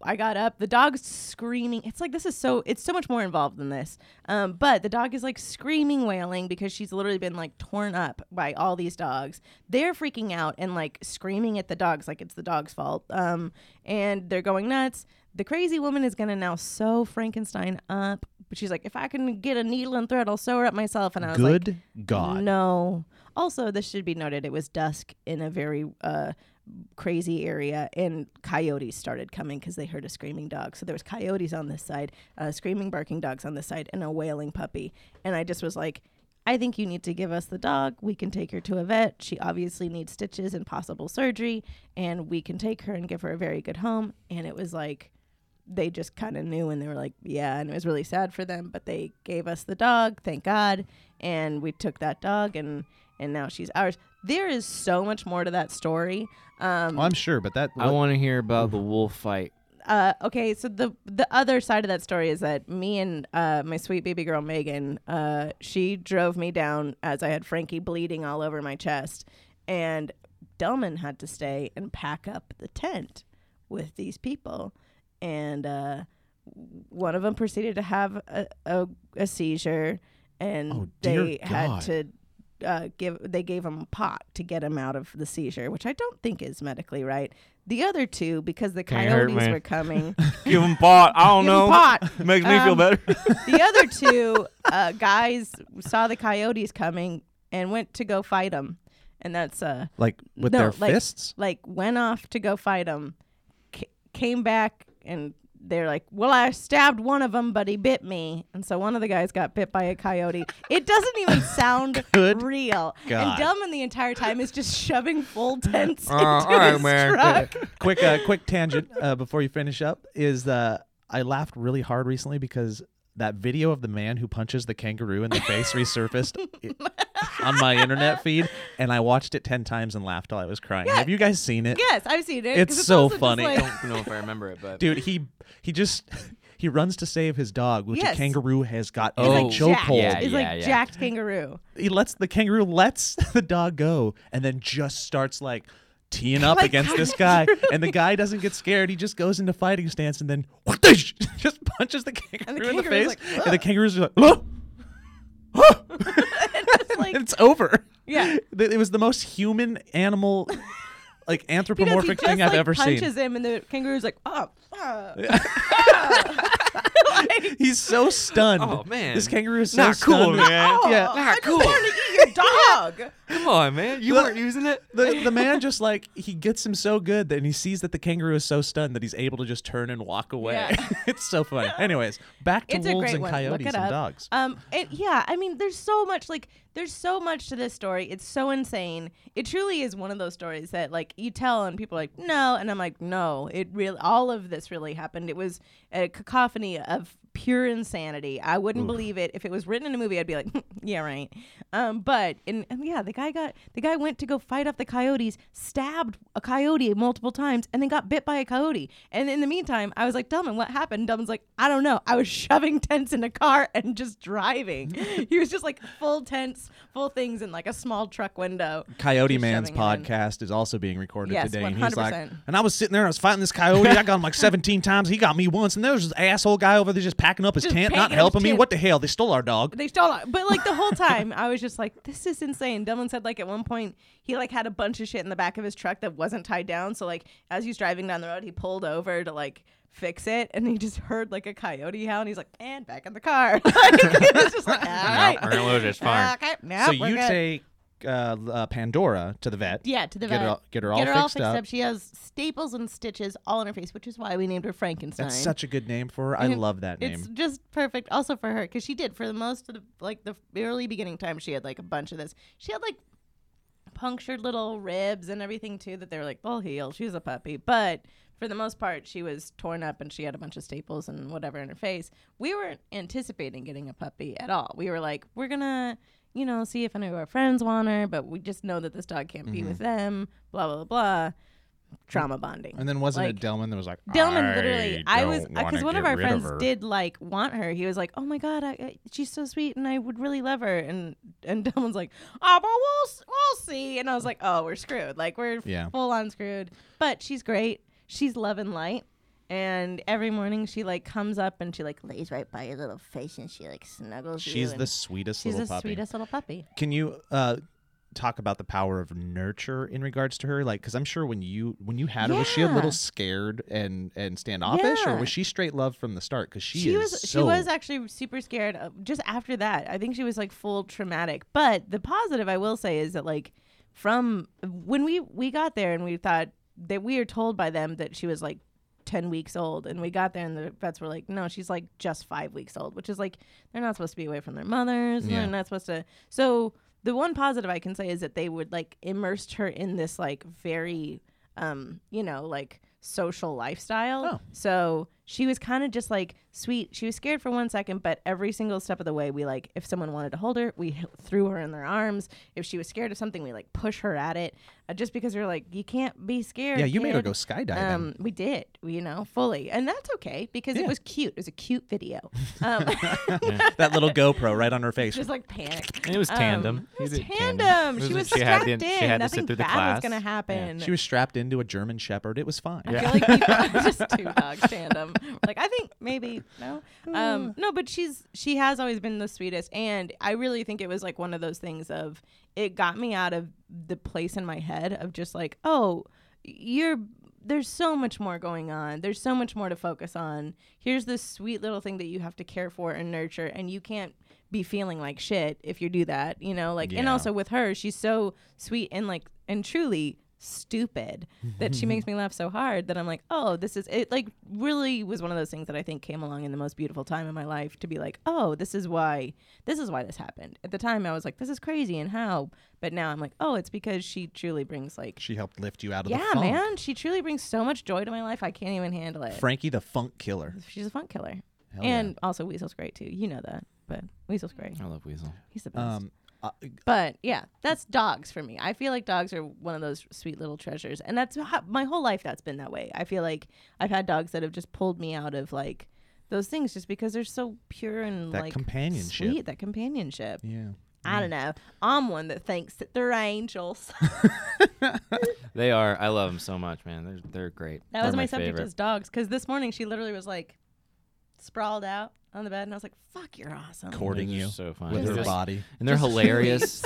Speaker 1: I got up. The dog's screaming. It's like this is so. It's so much more involved than this. Um, but the dog is like screaming, wailing because she's literally been like torn up by all these dogs. They're freaking out and like screaming at the dogs like it's the dog's fault. Um, and they're going nuts. The crazy woman is gonna now sew Frankenstein up. But she's like, if I can get a needle and thread, I'll sew her up myself. And I was like, mm.
Speaker 3: Good God.
Speaker 1: no. Also, this should be noted it was dusk in a very uh, crazy area, and coyotes started coming because they heard a screaming dog. So there was coyotes on this side, uh, screaming, barking dogs on this side, and a wailing puppy. And I just was like, I think you need to give us the dog. We can take her to a vet. She obviously needs stitches and possible surgery, and we can take her and give her a very good home. And it was like, they just kind of knew and they were like, yeah, and it was really sad for them, but they gave us the dog, thank God, and we took that dog and and now she's ours. There is so much more to that story. Um
Speaker 3: Well, I'm sure, but that
Speaker 4: I want to hear about the wolf fight.
Speaker 1: uh, okay, so the the other side of that story is that me and uh, my sweet baby girl Megan, uh, she drove me down as I had Frankie bleeding all over my chest, and Delman had to stay and pack up the tent with these people, and uh, one of them proceeded to have a, a, a seizure, and
Speaker 3: Oh, dear
Speaker 1: they
Speaker 3: God.
Speaker 1: had to. Uh, give they gave him a pot to get him out of the seizure, which I don't think is medically right. The other two, because the
Speaker 4: Can't hurt
Speaker 1: coyotes
Speaker 4: me. Oh,
Speaker 1: were coming.
Speaker 4: Give him pot. I don't
Speaker 1: Give 'em pot.
Speaker 4: Makes
Speaker 1: me feel Um,
Speaker 4: better.
Speaker 1: The other two uh, guys saw the coyotes coming and went to go fight them, and that's uh
Speaker 3: like with
Speaker 1: no,
Speaker 3: their
Speaker 1: like-
Speaker 3: fists.
Speaker 1: like went off to go fight them, c- came back and they're like, "Well, I stabbed one of them, but he bit me," and so one of the guys got bit by a coyote. It doesn't even sound
Speaker 3: Good
Speaker 1: real.
Speaker 3: God.
Speaker 1: And Delman the entire time is just shoving full tents into
Speaker 4: Uh, all right,
Speaker 1: his
Speaker 4: man.
Speaker 1: truck.
Speaker 3: quick uh, quick tangent uh, before you finish up is uh, I laughed really hard recently because that video of the man who punches the kangaroo in the face resurfaced i- on my internet feed, and I watched it ten times and laughed till I was crying. Have you guys seen it?
Speaker 1: Yes, I've seen it. 'cause
Speaker 3: It's so
Speaker 1: also just
Speaker 3: funny.
Speaker 1: like-
Speaker 4: I don't know if I remember it, but
Speaker 3: Dude, he he just he runs to save his dog, which
Speaker 1: Yes.
Speaker 3: a kangaroo has got
Speaker 1: It's
Speaker 3: in
Speaker 4: He's
Speaker 1: like
Speaker 3: a
Speaker 4: Oh,
Speaker 1: jacked.
Speaker 3: chokehold.
Speaker 4: Yeah,
Speaker 1: it's
Speaker 4: yeah,
Speaker 1: like
Speaker 4: yeah.
Speaker 1: jacked kangaroo.
Speaker 3: He lets the kangaroo lets the dog go, and then just starts like teeing up
Speaker 1: Like,
Speaker 3: against this guy, and the guy doesn't get scared. He just goes into fighting stance, and then just punches the kangaroo in the
Speaker 1: kangaroo's
Speaker 3: face,
Speaker 1: like,
Speaker 3: and the kangaroo's just like. "Ugh! Ugh!"
Speaker 1: It's like
Speaker 3: and it's over.
Speaker 1: Yeah.
Speaker 3: Th- it was the most human animal, like
Speaker 1: because he
Speaker 3: anthropomorphic
Speaker 1: just,
Speaker 3: thing I've
Speaker 1: like,
Speaker 3: ever
Speaker 1: punches
Speaker 3: seen.
Speaker 1: him, and the kangaroo's like, "Oh, fuck."
Speaker 3: He's so stunned.
Speaker 4: Oh, man.
Speaker 3: this kangaroo is so
Speaker 4: Not cool,
Speaker 3: stunned.
Speaker 4: man.
Speaker 3: Yeah,
Speaker 1: oh, I just
Speaker 4: cool.
Speaker 1: wanted to eat your dog.
Speaker 4: come on, man, you
Speaker 3: The-
Speaker 4: weren't using it.
Speaker 3: the, the man just like he gets him so good that and he sees that the kangaroo is so stunned that he's able to just turn and walk away.
Speaker 1: Yeah.
Speaker 3: it's so funny. Anyways, back to
Speaker 1: it's a
Speaker 3: wolves
Speaker 1: great
Speaker 3: and
Speaker 1: one. Look
Speaker 3: coyotes
Speaker 1: it
Speaker 3: and
Speaker 1: up.
Speaker 3: dogs.
Speaker 1: Um, it, yeah, I mean, there's so much like there's so much to this story. It's so insane. It truly is one of those stories that like you tell and people are like no, and I'm like no. It really all of this really happened. It was a cacophony of pure insanity. I wouldn't believe it if it was written in a movie. I'd be like yeah, right. Um, but and, and yeah, the guy got the guy went to go fight off the coyotes, stabbed a coyote multiple times, and then got bit by a coyote. And in the meantime, I was like, Delman, what happened? Delman's like, I don't know. I was shoving tents in a car and just driving. he was just like full tents, full things in like a small truck window.
Speaker 3: Coyote
Speaker 1: just
Speaker 3: Man's
Speaker 1: shoving it in.
Speaker 3: podcast is also being recorded
Speaker 1: Yes,
Speaker 3: today, and he's like,
Speaker 1: 100%.
Speaker 3: and I was sitting there, and I was fighting this coyote. I got him like 17 times. He got me once, and there was this asshole guy over there just packing up his
Speaker 1: Just
Speaker 3: tent,
Speaker 1: packing up
Speaker 3: not
Speaker 1: his
Speaker 3: helping me.
Speaker 1: tent.
Speaker 3: What the hell? They stole our dog.
Speaker 1: They stole it. But like the whole time, I was just like, this is insane. Dylan said like at one point he like had a bunch of shit in the back of his truck that wasn't tied down. So like as he's driving down the road, he pulled over to like fix it, and he just heard like a coyote howl, and he's like, and back in the car. like, it was just like, all right,
Speaker 4: we're gonna lose this farm.
Speaker 1: Okay, now
Speaker 3: so
Speaker 1: we're
Speaker 3: you
Speaker 1: good.
Speaker 3: take uh, uh, Pandora to the vet.
Speaker 1: Yeah, to the
Speaker 3: Get
Speaker 1: vet.
Speaker 3: her, all- get her all
Speaker 1: Get her
Speaker 3: fixed
Speaker 1: all fixed up.
Speaker 3: up.
Speaker 1: She has staples and stitches all in her face, which is why we named her Frankenstein.
Speaker 3: That's such a good name for her. I
Speaker 1: And
Speaker 3: love that name.
Speaker 1: It's just perfect, also for her, because she did for the most of the like the early beginning time. She had like a bunch of this. She had like punctured little ribs and everything too that they were like they'll heal. She was a puppy, but for the most part, she was torn up and she had a bunch of staples and whatever in her face. We weren't anticipating getting a puppy at all. We were like, we're gonna. You know, see if any of our friends want her, but we just know that this dog can't
Speaker 3: Mm-hmm.
Speaker 1: be with them. Blah blah blah. Trauma bonding.
Speaker 3: And then wasn't
Speaker 1: Like-
Speaker 3: it Delman that was like
Speaker 1: Delman literally, I was
Speaker 3: don't wanna
Speaker 1: because one of
Speaker 3: get
Speaker 1: our
Speaker 3: rid
Speaker 1: friends
Speaker 3: her."
Speaker 1: did like want her. He was like, "Oh my god, I, I, she's so sweet, and I would really love her." And and Delman's like, "Oh, but we'll s- we'll see." And I was like, "Oh, we're screwed. Like we're
Speaker 3: Yeah.
Speaker 1: full on screwed." But she's great. She's love and light. And every morning she like comes up and she like lays right by your little face and she like snuggles you.
Speaker 3: She's
Speaker 1: and
Speaker 3: the sweetest
Speaker 1: she's
Speaker 3: little
Speaker 1: the
Speaker 3: puppy.
Speaker 1: sweetest little puppy.
Speaker 3: Can you uh, talk about the power of nurture in regards to her? Like, because I'm sure when you when you had her, was she a
Speaker 1: Yeah.
Speaker 3: little scared and and standoffish, or
Speaker 1: Yeah.
Speaker 3: was she straight love from the start? Because she,
Speaker 1: she
Speaker 3: is
Speaker 1: was she
Speaker 3: so-
Speaker 1: was actually super scared uh, just after that i think she was like full traumatic but the positive i will say is that like from when we we got there and we thought that we were told by them that she was like 10 weeks old and we got there and the vets were like no she's like just five weeks old which is like they're not supposed to be away from their mothers and
Speaker 3: Yeah.
Speaker 1: they're not supposed to so the one positive i can say is that they would like immersed her in this like very um you know like social lifestyle
Speaker 3: Oh.
Speaker 1: so she was kind of just like sweet. She was scared for one second, but every single step of the way, we like, if someone wanted to hold her, we h- threw her in their arms. If she was scared of something, we like push her at it. Uh, just because we were like, you can't be scared.
Speaker 3: Yeah, you made her
Speaker 1: kid."
Speaker 3: go skydiving.
Speaker 1: Um, we did, we- you know, fully, and that's okay because it was cute. It was a cute video. Um,
Speaker 5: that little GoPro right on her face.
Speaker 1: just like panic.
Speaker 4: And it was
Speaker 1: Um,
Speaker 4: tandem.
Speaker 1: it was
Speaker 4: He did
Speaker 1: tandem. She was
Speaker 4: she had
Speaker 1: strapped
Speaker 4: to,
Speaker 1: in.
Speaker 4: She had to
Speaker 1: Nothing
Speaker 4: sit through the
Speaker 1: bad
Speaker 4: class.
Speaker 1: was gonna happen.
Speaker 3: She was strapped into a German Shepherd. It was fine.
Speaker 1: I feel like people just two dogs tandem. Like I think maybe no, um, no, but she's she has always been the sweetest, and I really think it was like one of those things of it got me out of the place in my head of just like oh you're there's so much more going on. There's so much more to focus on. Here's this sweet little thing that you have to care for and nurture, and you can't be feeling like shit if you do that, you know? Like, and
Speaker 4: Yeah.
Speaker 1: also with her, she's so sweet and like, and truly stupid that she makes me laugh so hard that I'm like, oh, this is it. Like, really was one of those things that I think came along in the most beautiful time in my life to be like, oh, this is why, this is why this happened. At the time, I was like, this is crazy and how. But now I'm like, oh, it's because she truly brings like,
Speaker 3: She helped lift you out of
Speaker 1: yeah,
Speaker 3: the funk.
Speaker 1: man, she truly brings so much joy to my life. I can't even handle it.
Speaker 3: Frankie the Funk Killer.
Speaker 1: She's a funk killer.
Speaker 3: Hell yeah. Oh.
Speaker 1: and also Weasel's great too. You know that. But Weasel's great.
Speaker 4: I love Weasel.
Speaker 1: He's the best.
Speaker 3: Um, uh,
Speaker 1: but yeah, that's dogs for me. I feel like dogs are one of those sweet little treasures. And that's ho- my whole life that's been that way. I feel like I've had dogs that have just pulled me out of like those things just because they're so pure and
Speaker 3: That
Speaker 1: like
Speaker 3: companionship.
Speaker 1: Sweet, that companionship.
Speaker 3: yeah.
Speaker 4: Mm-hmm.
Speaker 1: I don't know. I'm one that thinks that they're angels.
Speaker 4: They are. I love them so much, man. They're they're great.
Speaker 1: That was
Speaker 4: They're
Speaker 1: my,
Speaker 4: my,
Speaker 1: subject
Speaker 4: favorite.
Speaker 1: as dogs because this morning she literally was like sprawled out on the bed and I was like, "Fuck, you're awesome."
Speaker 3: Courting
Speaker 4: They're
Speaker 3: you
Speaker 4: just so fun.
Speaker 3: with
Speaker 1: Just
Speaker 3: her
Speaker 1: like-
Speaker 3: body.
Speaker 4: And they're
Speaker 1: Just really
Speaker 4: hilarious.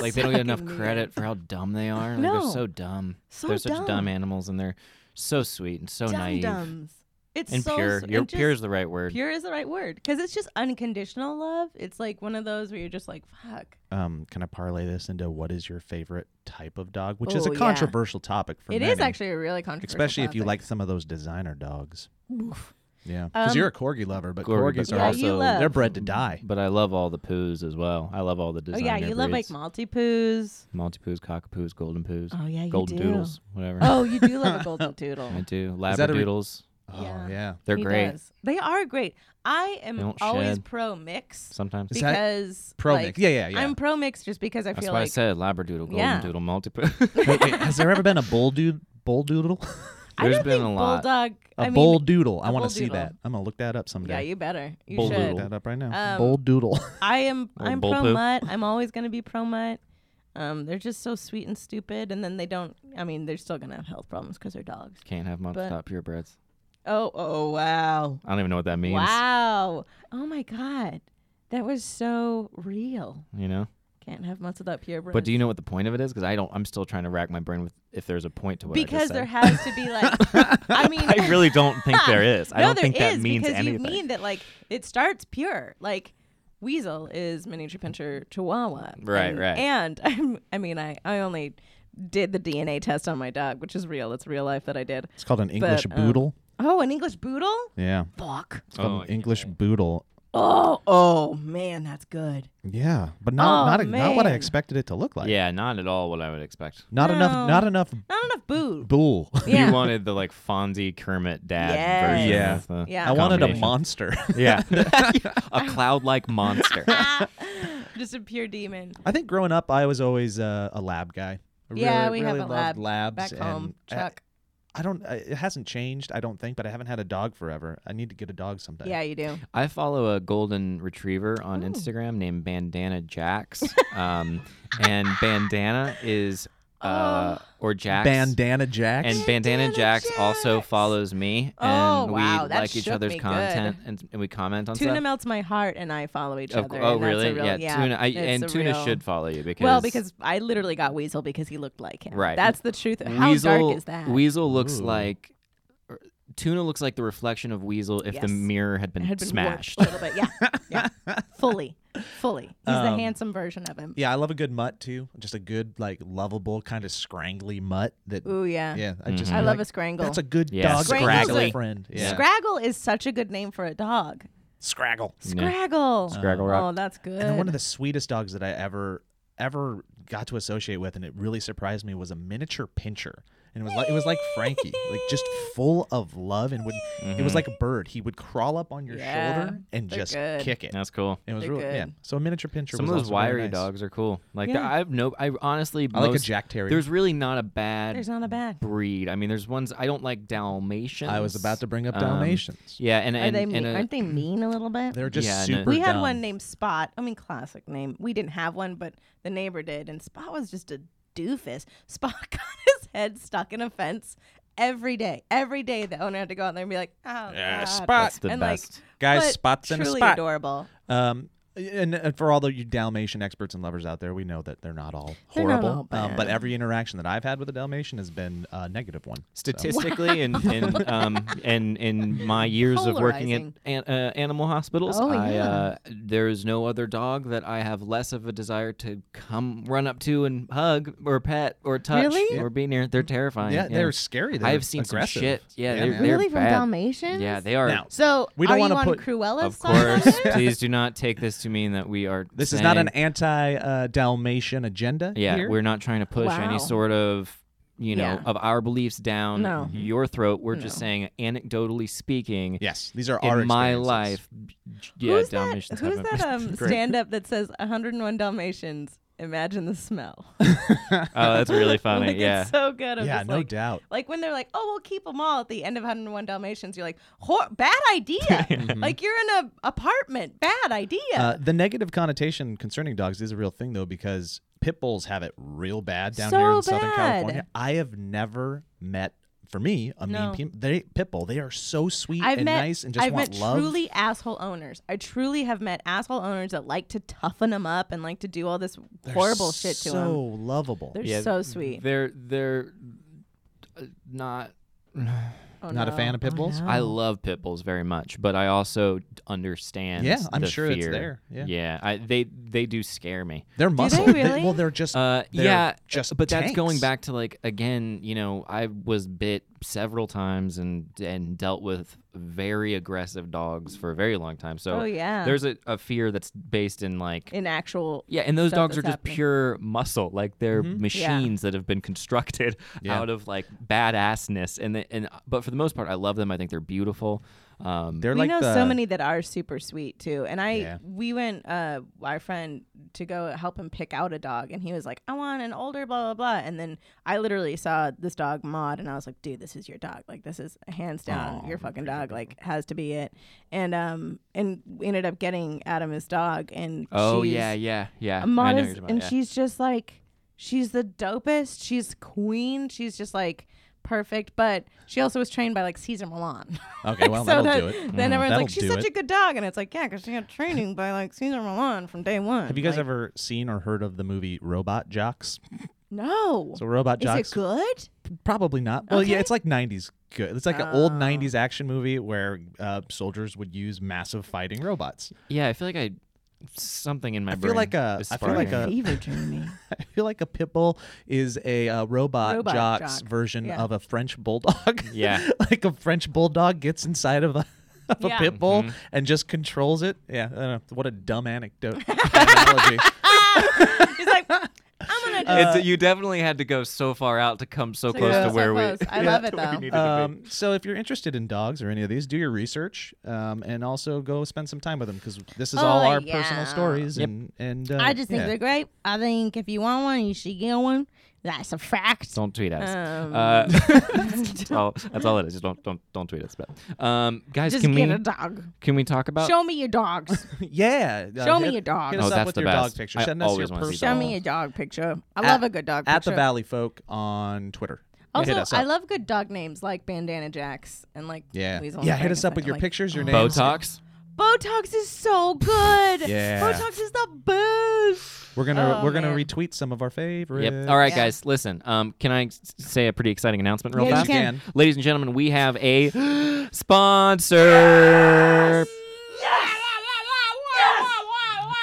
Speaker 4: like they don't get enough
Speaker 1: sucking me in.
Speaker 4: credit for how dumb they are. Like,
Speaker 1: No.
Speaker 4: They're so dumb.
Speaker 1: So
Speaker 4: they're such
Speaker 1: dumb.
Speaker 4: dumb animals, and they're so sweet and so
Speaker 1: Dum
Speaker 4: naive
Speaker 1: dums. It's
Speaker 4: and
Speaker 1: so
Speaker 4: pure.
Speaker 1: su-
Speaker 4: Your
Speaker 1: and just-
Speaker 4: pure is the right word.
Speaker 1: pure is the right word because it's just unconditional love. It's like one of those where you're just like, "Fuck."
Speaker 3: Um, can I parlay this into what is your favorite type of dog? Which is a
Speaker 1: Oh, yeah.
Speaker 3: controversial topic for
Speaker 1: It is
Speaker 3: many,
Speaker 1: actually a really controversial,
Speaker 3: especially if you
Speaker 1: topic.
Speaker 3: like some of those designer dogs.
Speaker 1: Oof.
Speaker 3: Yeah, because
Speaker 1: Um,
Speaker 3: you're a corgi lover, but
Speaker 4: Corgi,
Speaker 3: corgis are
Speaker 4: but
Speaker 1: Yeah,
Speaker 3: also
Speaker 1: you love-
Speaker 3: they're bred to die.
Speaker 4: But I love all the poos as well. I love all the
Speaker 1: Oh
Speaker 4: designer.
Speaker 1: yeah, you love like
Speaker 4: breeds.
Speaker 1: multi poos.
Speaker 4: Multi-poos, cockapoos, golden poos,
Speaker 1: Oh yeah, you
Speaker 4: golden
Speaker 1: do.
Speaker 4: doodles, whatever.
Speaker 1: Oh, you do love a golden doodle.
Speaker 4: I do.
Speaker 3: that a re-
Speaker 4: Labradoodles.
Speaker 3: Oh
Speaker 1: Yeah.
Speaker 3: yeah,
Speaker 4: They're
Speaker 1: He
Speaker 4: great.
Speaker 1: does. They are great. I am
Speaker 4: don't
Speaker 1: always
Speaker 4: shed.
Speaker 1: pro mix
Speaker 4: Sometimes.
Speaker 3: Is that-
Speaker 1: because
Speaker 3: pro
Speaker 1: like,
Speaker 3: mix. Yeah, yeah, yeah.
Speaker 1: I'm pro mix just because I
Speaker 4: That's
Speaker 1: feel
Speaker 4: why I
Speaker 1: like
Speaker 4: said labradoodle, golden
Speaker 1: Yeah.
Speaker 4: doodle, multi-poo.
Speaker 3: Wait, wait, has there ever been a bull dude, bull doodle,
Speaker 1: I
Speaker 4: There's
Speaker 1: don't
Speaker 4: been
Speaker 1: think
Speaker 4: a lot.
Speaker 1: bulldog.
Speaker 3: a
Speaker 1: I mean,
Speaker 3: bull doodle? I
Speaker 1: a
Speaker 3: want
Speaker 1: bull
Speaker 3: to see
Speaker 1: doodle.
Speaker 3: that. I'm gonna look that up someday.
Speaker 1: Yeah, you better. You
Speaker 4: Bull
Speaker 1: should.
Speaker 4: doodle.
Speaker 3: look that up right now.
Speaker 1: Um,
Speaker 3: bull doodle.
Speaker 1: I am.
Speaker 4: Or
Speaker 1: I'm
Speaker 4: bull
Speaker 1: pro
Speaker 4: poo.
Speaker 1: mutt. I'm always gonna be pro mutt. Um, they're just so sweet and stupid, and then they don't. I mean, they're still gonna have health problems because they're dogs.
Speaker 4: Can't have
Speaker 1: But-
Speaker 4: mountaintop purebreds.
Speaker 1: Oh, oh, wow,
Speaker 4: I don't even know what that means.
Speaker 1: wow. Oh my God, that was so real.
Speaker 4: You know.
Speaker 1: Can't have much of that purebred.
Speaker 4: But do you know what the point of it is? Because I don't. I'm still trying to rack my brain with if there's a point to what I
Speaker 1: because
Speaker 4: just
Speaker 1: there
Speaker 4: said.
Speaker 1: has to be like, I mean,
Speaker 4: I really don't think there is. I
Speaker 1: no,
Speaker 4: don't
Speaker 1: there
Speaker 4: think that
Speaker 1: is,
Speaker 4: means
Speaker 1: because
Speaker 4: anything.
Speaker 1: you mean that like it starts pure, like Weasel is miniature pincher Chihuahua,
Speaker 4: Right,
Speaker 1: and,
Speaker 4: right.
Speaker 1: And I'm, I mean, I I only did the DNA test on my dog, which is real. It's real life that I did.
Speaker 3: It's called an English
Speaker 1: um,
Speaker 3: boodle.
Speaker 1: Oh, an English Boodle?
Speaker 3: Yeah,
Speaker 1: Fuck.
Speaker 3: it's called
Speaker 4: Oh,
Speaker 3: an
Speaker 4: yeah.
Speaker 3: English boodle.
Speaker 1: Oh, oh man, that's good.
Speaker 3: Yeah, but not
Speaker 1: Oh,
Speaker 3: not not what I
Speaker 1: man.
Speaker 3: expected it to look like.
Speaker 4: yeah, not at all what I would expect.
Speaker 3: Not
Speaker 1: No.
Speaker 3: enough. Not enough
Speaker 1: Not enough boo.
Speaker 3: bull.
Speaker 1: Yeah.
Speaker 4: You wanted the like Fonzie Kermit dad
Speaker 1: Yes.
Speaker 4: version.
Speaker 3: Yeah.
Speaker 4: of the
Speaker 1: Yeah.
Speaker 3: I wanted a
Speaker 4: combination.
Speaker 3: monster.
Speaker 4: Yeah, a cloud-like monster.
Speaker 1: Just a pure demon.
Speaker 3: I think growing up, I was always uh, a lab guy. I
Speaker 1: Yeah,
Speaker 3: really,
Speaker 1: we have
Speaker 3: really
Speaker 1: a
Speaker 3: loved
Speaker 1: lab
Speaker 3: labs
Speaker 1: Back home,
Speaker 4: Eh,
Speaker 3: and
Speaker 1: Chuck.
Speaker 3: I, I don't. I, it hasn't changed, I don't think, but I haven't had a dog forever. I need to get a dog someday.
Speaker 1: yeah, you do.
Speaker 4: I follow a golden retriever
Speaker 1: Oh.
Speaker 4: on Instagram named Bandana Jax, um, and Bandana is uh,
Speaker 1: Oh.
Speaker 4: or Jax.
Speaker 3: Bandana Jack.
Speaker 4: and Bandana
Speaker 1: Bandana
Speaker 4: Jax, also
Speaker 1: Jax.
Speaker 4: follows me,
Speaker 1: Oh,
Speaker 4: and we
Speaker 1: wow, that
Speaker 4: like each
Speaker 1: shook
Speaker 4: other's
Speaker 1: me good.
Speaker 4: content, and, and we comment on
Speaker 1: Tuna
Speaker 4: stuff.
Speaker 1: melts my heart, and I follow each
Speaker 4: Of-
Speaker 1: other.
Speaker 4: oh,
Speaker 1: and that's a
Speaker 4: really?
Speaker 1: real-
Speaker 4: yeah, Tuna. I,
Speaker 1: it's
Speaker 4: and
Speaker 1: a
Speaker 4: Tuna
Speaker 1: real-
Speaker 4: should follow you because
Speaker 1: Well, because I literally got Weasel because he looked like him.
Speaker 4: Right.
Speaker 1: That's the truth. How
Speaker 4: Weasel,
Speaker 1: dark is that?
Speaker 4: Weasel looks
Speaker 3: Ooh.
Speaker 4: like er, Tuna looks like the reflection of Weasel if the
Speaker 1: Yes.
Speaker 4: mirror had
Speaker 1: It
Speaker 4: been,
Speaker 1: had been
Speaker 4: smashed.
Speaker 1: warped a little bit. Yeah, yeah. fully, fully. He's the
Speaker 3: Um,
Speaker 1: handsome version of him.
Speaker 3: Yeah, I love a good mutt too. Just a good, like, lovable, kind of scrangly mutt. That.
Speaker 1: Ooh, yeah.
Speaker 3: Yeah, I just.
Speaker 1: I
Speaker 3: be
Speaker 4: Mm-hmm.
Speaker 1: love a
Speaker 3: like,
Speaker 1: scrangle.
Speaker 3: That's a good
Speaker 4: Yeah,
Speaker 3: dog.
Speaker 4: Scraggly.
Speaker 3: friend. Yeah.
Speaker 1: Scraggle is such a good name for a dog.
Speaker 3: Scraggle.
Speaker 1: Scraggle.
Speaker 4: Scraggle Rock.
Speaker 1: Oh, that's good.
Speaker 3: And then one of the sweetest dogs that I ever ever got to associate with, and it really surprised me, was a miniature pincher. and it was like it was like Frankie, like just full of love and would it was like a bird. He would crawl up on your
Speaker 1: Mm-hmm. Yeah,
Speaker 3: shoulder and
Speaker 1: they're
Speaker 3: just
Speaker 1: good.
Speaker 3: kick it.
Speaker 4: That's cool.
Speaker 3: It was
Speaker 1: They're
Speaker 3: really
Speaker 1: good.
Speaker 3: yeah. So a miniature pincher.
Speaker 4: Some of
Speaker 3: was
Speaker 4: those
Speaker 3: also really
Speaker 4: wiry
Speaker 3: nice.
Speaker 4: dogs are cool. Like
Speaker 1: Yeah.
Speaker 4: I've no, I honestly
Speaker 3: I like a
Speaker 4: most-
Speaker 3: Jack Terry.
Speaker 4: There's really not a bad
Speaker 1: There's not a bad.
Speaker 4: breed. I mean, there's ones I don't like Dalmatians.
Speaker 3: I was about to bring up
Speaker 4: Um,
Speaker 3: Dalmatians.
Speaker 4: Yeah, and
Speaker 1: Are
Speaker 4: and, uh,
Speaker 1: they
Speaker 4: and
Speaker 1: mean,
Speaker 4: a-
Speaker 1: aren't they mean a little bit?
Speaker 3: They're just
Speaker 4: yeah, and
Speaker 3: super.
Speaker 4: it-
Speaker 1: we had
Speaker 3: dumb.
Speaker 1: one named Spot. I mean, classic name. We didn't have one, but the neighbor did, and Spot was just a doofus. Spot got his head stuck in a fence every day. Every day, the owner had to go out there and be like, "Oh,
Speaker 3: Yeah,
Speaker 1: God."
Speaker 3: Spot.
Speaker 4: that's the
Speaker 1: and
Speaker 4: best.
Speaker 1: like
Speaker 3: Guys,
Speaker 1: but
Speaker 3: spots in a
Speaker 1: truly
Speaker 3: spot.
Speaker 1: adorable.
Speaker 3: Um, and, and for all the you Dalmatian experts and lovers out there, we know that they're not all
Speaker 1: They're not
Speaker 3: horrible.
Speaker 1: all
Speaker 3: um, but
Speaker 1: bad.
Speaker 3: every interaction that I've had with a Dalmatian has been a negative one. So-
Speaker 4: Statistically, in in um in in my years of working at
Speaker 1: Polarizing.
Speaker 4: an, uh, animal hospitals,
Speaker 1: Oh,
Speaker 4: I,
Speaker 1: yeah.
Speaker 4: uh, there is no other dog that I have less of a desire to come run up to and hug or pet or touch
Speaker 1: Really?
Speaker 4: or be near. They're terrifying.
Speaker 3: yeah, they're scary. They're
Speaker 4: I've seen
Speaker 3: aggressive.
Speaker 4: some shit. Yeah,
Speaker 3: Yeah,
Speaker 4: they're,
Speaker 3: man.
Speaker 4: they're
Speaker 1: really from
Speaker 4: bad.
Speaker 1: Dalmatians?
Speaker 4: Yeah, they are.
Speaker 3: Now,
Speaker 1: So
Speaker 3: We don't
Speaker 1: are you
Speaker 3: wanna
Speaker 1: on
Speaker 3: put-
Speaker 1: Cruella's
Speaker 4: of
Speaker 1: side on
Speaker 4: course,
Speaker 1: this?
Speaker 4: please do not take this to mean that we are.
Speaker 3: This is not an
Speaker 4: saying-
Speaker 3: anti-Dalmatian agenda.
Speaker 4: Yeah,
Speaker 3: here.
Speaker 4: we're not trying to push
Speaker 1: Wow.
Speaker 4: any sort of you know
Speaker 1: Yeah.
Speaker 4: of our beliefs down
Speaker 1: No.
Speaker 3: Mm-hmm.
Speaker 4: your throat. We're just
Speaker 1: No.
Speaker 4: saying, anecdotally speaking,
Speaker 3: yes, these are our
Speaker 4: in my
Speaker 3: experiences.
Speaker 4: life, yeah,
Speaker 1: who's
Speaker 4: Dalmatians
Speaker 1: that, who's
Speaker 4: haven't.
Speaker 1: that um,
Speaker 4: Great.
Speaker 1: stand up that says 101 Dalmatians? Imagine the smell.
Speaker 4: Oh, that's really funny.
Speaker 1: like,
Speaker 4: yeah.
Speaker 1: It's so good. I'm
Speaker 3: Yeah,
Speaker 1: just
Speaker 3: no
Speaker 1: like,
Speaker 3: doubt.
Speaker 1: Like when they're like, "Oh, we'll keep them all at the end of 101 Dalmatians," you're like, Hor- "Bad idea! Like you're in a apartment. Bad idea."
Speaker 3: Mm-hmm. Uh, the negative connotation concerning dogs is a real thing, though, because pit bulls have it real bad down here in
Speaker 1: So
Speaker 3: Southern
Speaker 1: bad.
Speaker 3: California. I have never met, for me, a
Speaker 1: No.
Speaker 3: mean pe- they, pit bull. They are so sweet
Speaker 1: I've
Speaker 3: and
Speaker 1: met,
Speaker 3: nice and just
Speaker 1: I've
Speaker 3: want
Speaker 1: met
Speaker 3: love.
Speaker 1: truly asshole owners. I truly have met asshole owners that like to toughen them up and like to do all this
Speaker 3: They're
Speaker 1: horrible shit to
Speaker 3: so
Speaker 1: them.
Speaker 3: lovable.
Speaker 1: They're
Speaker 4: Yeah,
Speaker 1: so sweet.
Speaker 4: They're they're uh, not.
Speaker 1: Oh,
Speaker 3: Not a
Speaker 1: no.
Speaker 3: fan of pit bulls?
Speaker 4: I
Speaker 1: Oh.
Speaker 4: love pit bulls very much, but I also understand.
Speaker 3: Yeah, I'm
Speaker 4: the
Speaker 3: sure it's
Speaker 4: fear.
Speaker 3: there, yeah.
Speaker 4: I, they they do scare me.
Speaker 3: They're muscle. They-
Speaker 1: really?
Speaker 3: well, they're just.
Speaker 4: Uh,
Speaker 3: they're
Speaker 4: yeah,
Speaker 3: just
Speaker 4: but that's going
Speaker 3: tanks.
Speaker 4: back to like again, you know, I was bit several times and and dealt with very aggressive dogs for a very long time. So
Speaker 1: Oh, yeah.
Speaker 4: there's a, a fear that's based in like
Speaker 1: in actual.
Speaker 4: yeah, and those
Speaker 1: stuff
Speaker 4: dogs
Speaker 1: that's
Speaker 4: are just
Speaker 1: happening.
Speaker 4: pure muscle, like they're machines that have been constructed
Speaker 3: Mm-hmm. Yeah.
Speaker 4: out of like badassness. And they, and but for the most part, I love them. I think they're beautiful. Um,
Speaker 3: They're
Speaker 1: we
Speaker 3: like
Speaker 1: know
Speaker 3: the,
Speaker 1: so many that are super sweet too. And I,
Speaker 3: Yeah.
Speaker 1: we went, uh, our friend to go help him pick out a dog, and he was like, "I want an older, blah blah blah." And then I literally saw this dog Maud, and I was like, "Dude, this is your dog. Like, this is hands down your fucking dog. Like, has to be it." And um, and we ended up getting Adam his dog, and
Speaker 4: oh
Speaker 1: she's-
Speaker 4: yeah, yeah, yeah.
Speaker 1: a
Speaker 4: I know what you're
Speaker 1: modest,
Speaker 4: talking about,
Speaker 1: and
Speaker 4: yeah.
Speaker 1: she's just like, she's the dopest. She's queen. She's just like perfect. But she also was trained by like Caesar Milan.
Speaker 3: Okay, well,
Speaker 1: so
Speaker 3: that'll
Speaker 1: that,
Speaker 3: do it. Mm-hmm.
Speaker 1: then everyone's
Speaker 3: That'll
Speaker 1: like, she's
Speaker 3: do
Speaker 1: such
Speaker 3: it.
Speaker 1: a good dog, and it's like, yeah, because she got training by like Caesar Milan from day one.
Speaker 3: Have you guys
Speaker 1: Like,
Speaker 3: ever seen or heard of the movie Robot Jocks?
Speaker 1: No.
Speaker 3: So uh, Robot
Speaker 1: Is
Speaker 3: Jocks
Speaker 1: it good?
Speaker 3: Probably not. Well, yeah,
Speaker 1: Okay. Oh.
Speaker 3: it's like '90s good. It's like an old '90s action movie where uh, soldiers would use massive fighting robots.
Speaker 4: yeah, I feel like I something in my
Speaker 3: I
Speaker 4: brain.
Speaker 3: feel like a-
Speaker 4: is
Speaker 3: I feel like uh,
Speaker 4: sparking.
Speaker 3: a-
Speaker 1: Fever dreaming.
Speaker 3: I feel like a pitbull is a uh, robot,
Speaker 1: Robot
Speaker 3: jocks
Speaker 1: jock.
Speaker 3: version
Speaker 1: Yeah.
Speaker 3: of a French bulldog.
Speaker 4: Yeah.
Speaker 3: like a French bulldog gets inside of a. Of
Speaker 1: Yeah.
Speaker 3: a pit bull and just controls it. Yeah, I don't know. What a dumb anecdote. analogy.
Speaker 1: He's like, I'm gonna.
Speaker 3: Uh,
Speaker 1: Just
Speaker 4: It's- you definitely had to go so far out to come so close
Speaker 1: Yeah.
Speaker 4: to
Speaker 1: Uh, So
Speaker 4: where
Speaker 1: close.
Speaker 4: we.
Speaker 1: I love it though.
Speaker 3: Um, so if you're interested in dogs or any of these, do your research um, and also go spend some time with them because this is all
Speaker 1: Oh,
Speaker 3: our
Speaker 1: yeah.
Speaker 3: personal stories. And, and uh,
Speaker 1: I just think
Speaker 3: yeah.
Speaker 1: they're great. I think if you want one, you should get one. That's a fact.
Speaker 4: Don't tweet us.
Speaker 1: Um,
Speaker 4: Uh, that's, all, that's all it is. Just don't don't don't tweet us. But um, guys,
Speaker 1: just
Speaker 4: can
Speaker 1: get
Speaker 4: we
Speaker 1: a dog.
Speaker 4: can we talk
Speaker 3: Uh,
Speaker 4: about?
Speaker 1: Show me your dogs.
Speaker 3: Yeah. uh,
Speaker 1: Show me
Speaker 3: hit-
Speaker 1: your dog.
Speaker 3: Hit
Speaker 1: Oh,
Speaker 3: us up
Speaker 4: that's
Speaker 3: with
Speaker 4: the
Speaker 3: your
Speaker 4: best.
Speaker 3: dog picture.
Speaker 4: I
Speaker 3: Send us your
Speaker 4: always wanna see
Speaker 3: personal.
Speaker 1: Show me a dog picture. I
Speaker 3: At-
Speaker 1: love a good dog picture.
Speaker 3: At the Valley Folk on Twitter.
Speaker 1: Also,
Speaker 3: hit us up.
Speaker 1: I love good dog names like Bandana Jacks and like
Speaker 3: yeah.
Speaker 1: Weasel
Speaker 3: Yeah,
Speaker 1: and
Speaker 3: hit us
Speaker 1: Frankenstein.
Speaker 3: up with your
Speaker 1: Like, Oh.
Speaker 3: pictures, your names.
Speaker 4: Botox.
Speaker 1: Botox is so good.
Speaker 3: Yeah.
Speaker 1: Botox is the best.
Speaker 3: We're gonna
Speaker 1: Oh,
Speaker 3: we're gonna
Speaker 1: man.
Speaker 3: retweet some of our favorites.
Speaker 4: Yep. All right,
Speaker 1: Yeah.
Speaker 4: guys, listen. Um, can I s- say a pretty exciting announcement real
Speaker 1: Yeah, you
Speaker 4: fast?
Speaker 1: can.
Speaker 4: Ladies and gentlemen, we have a sponsor.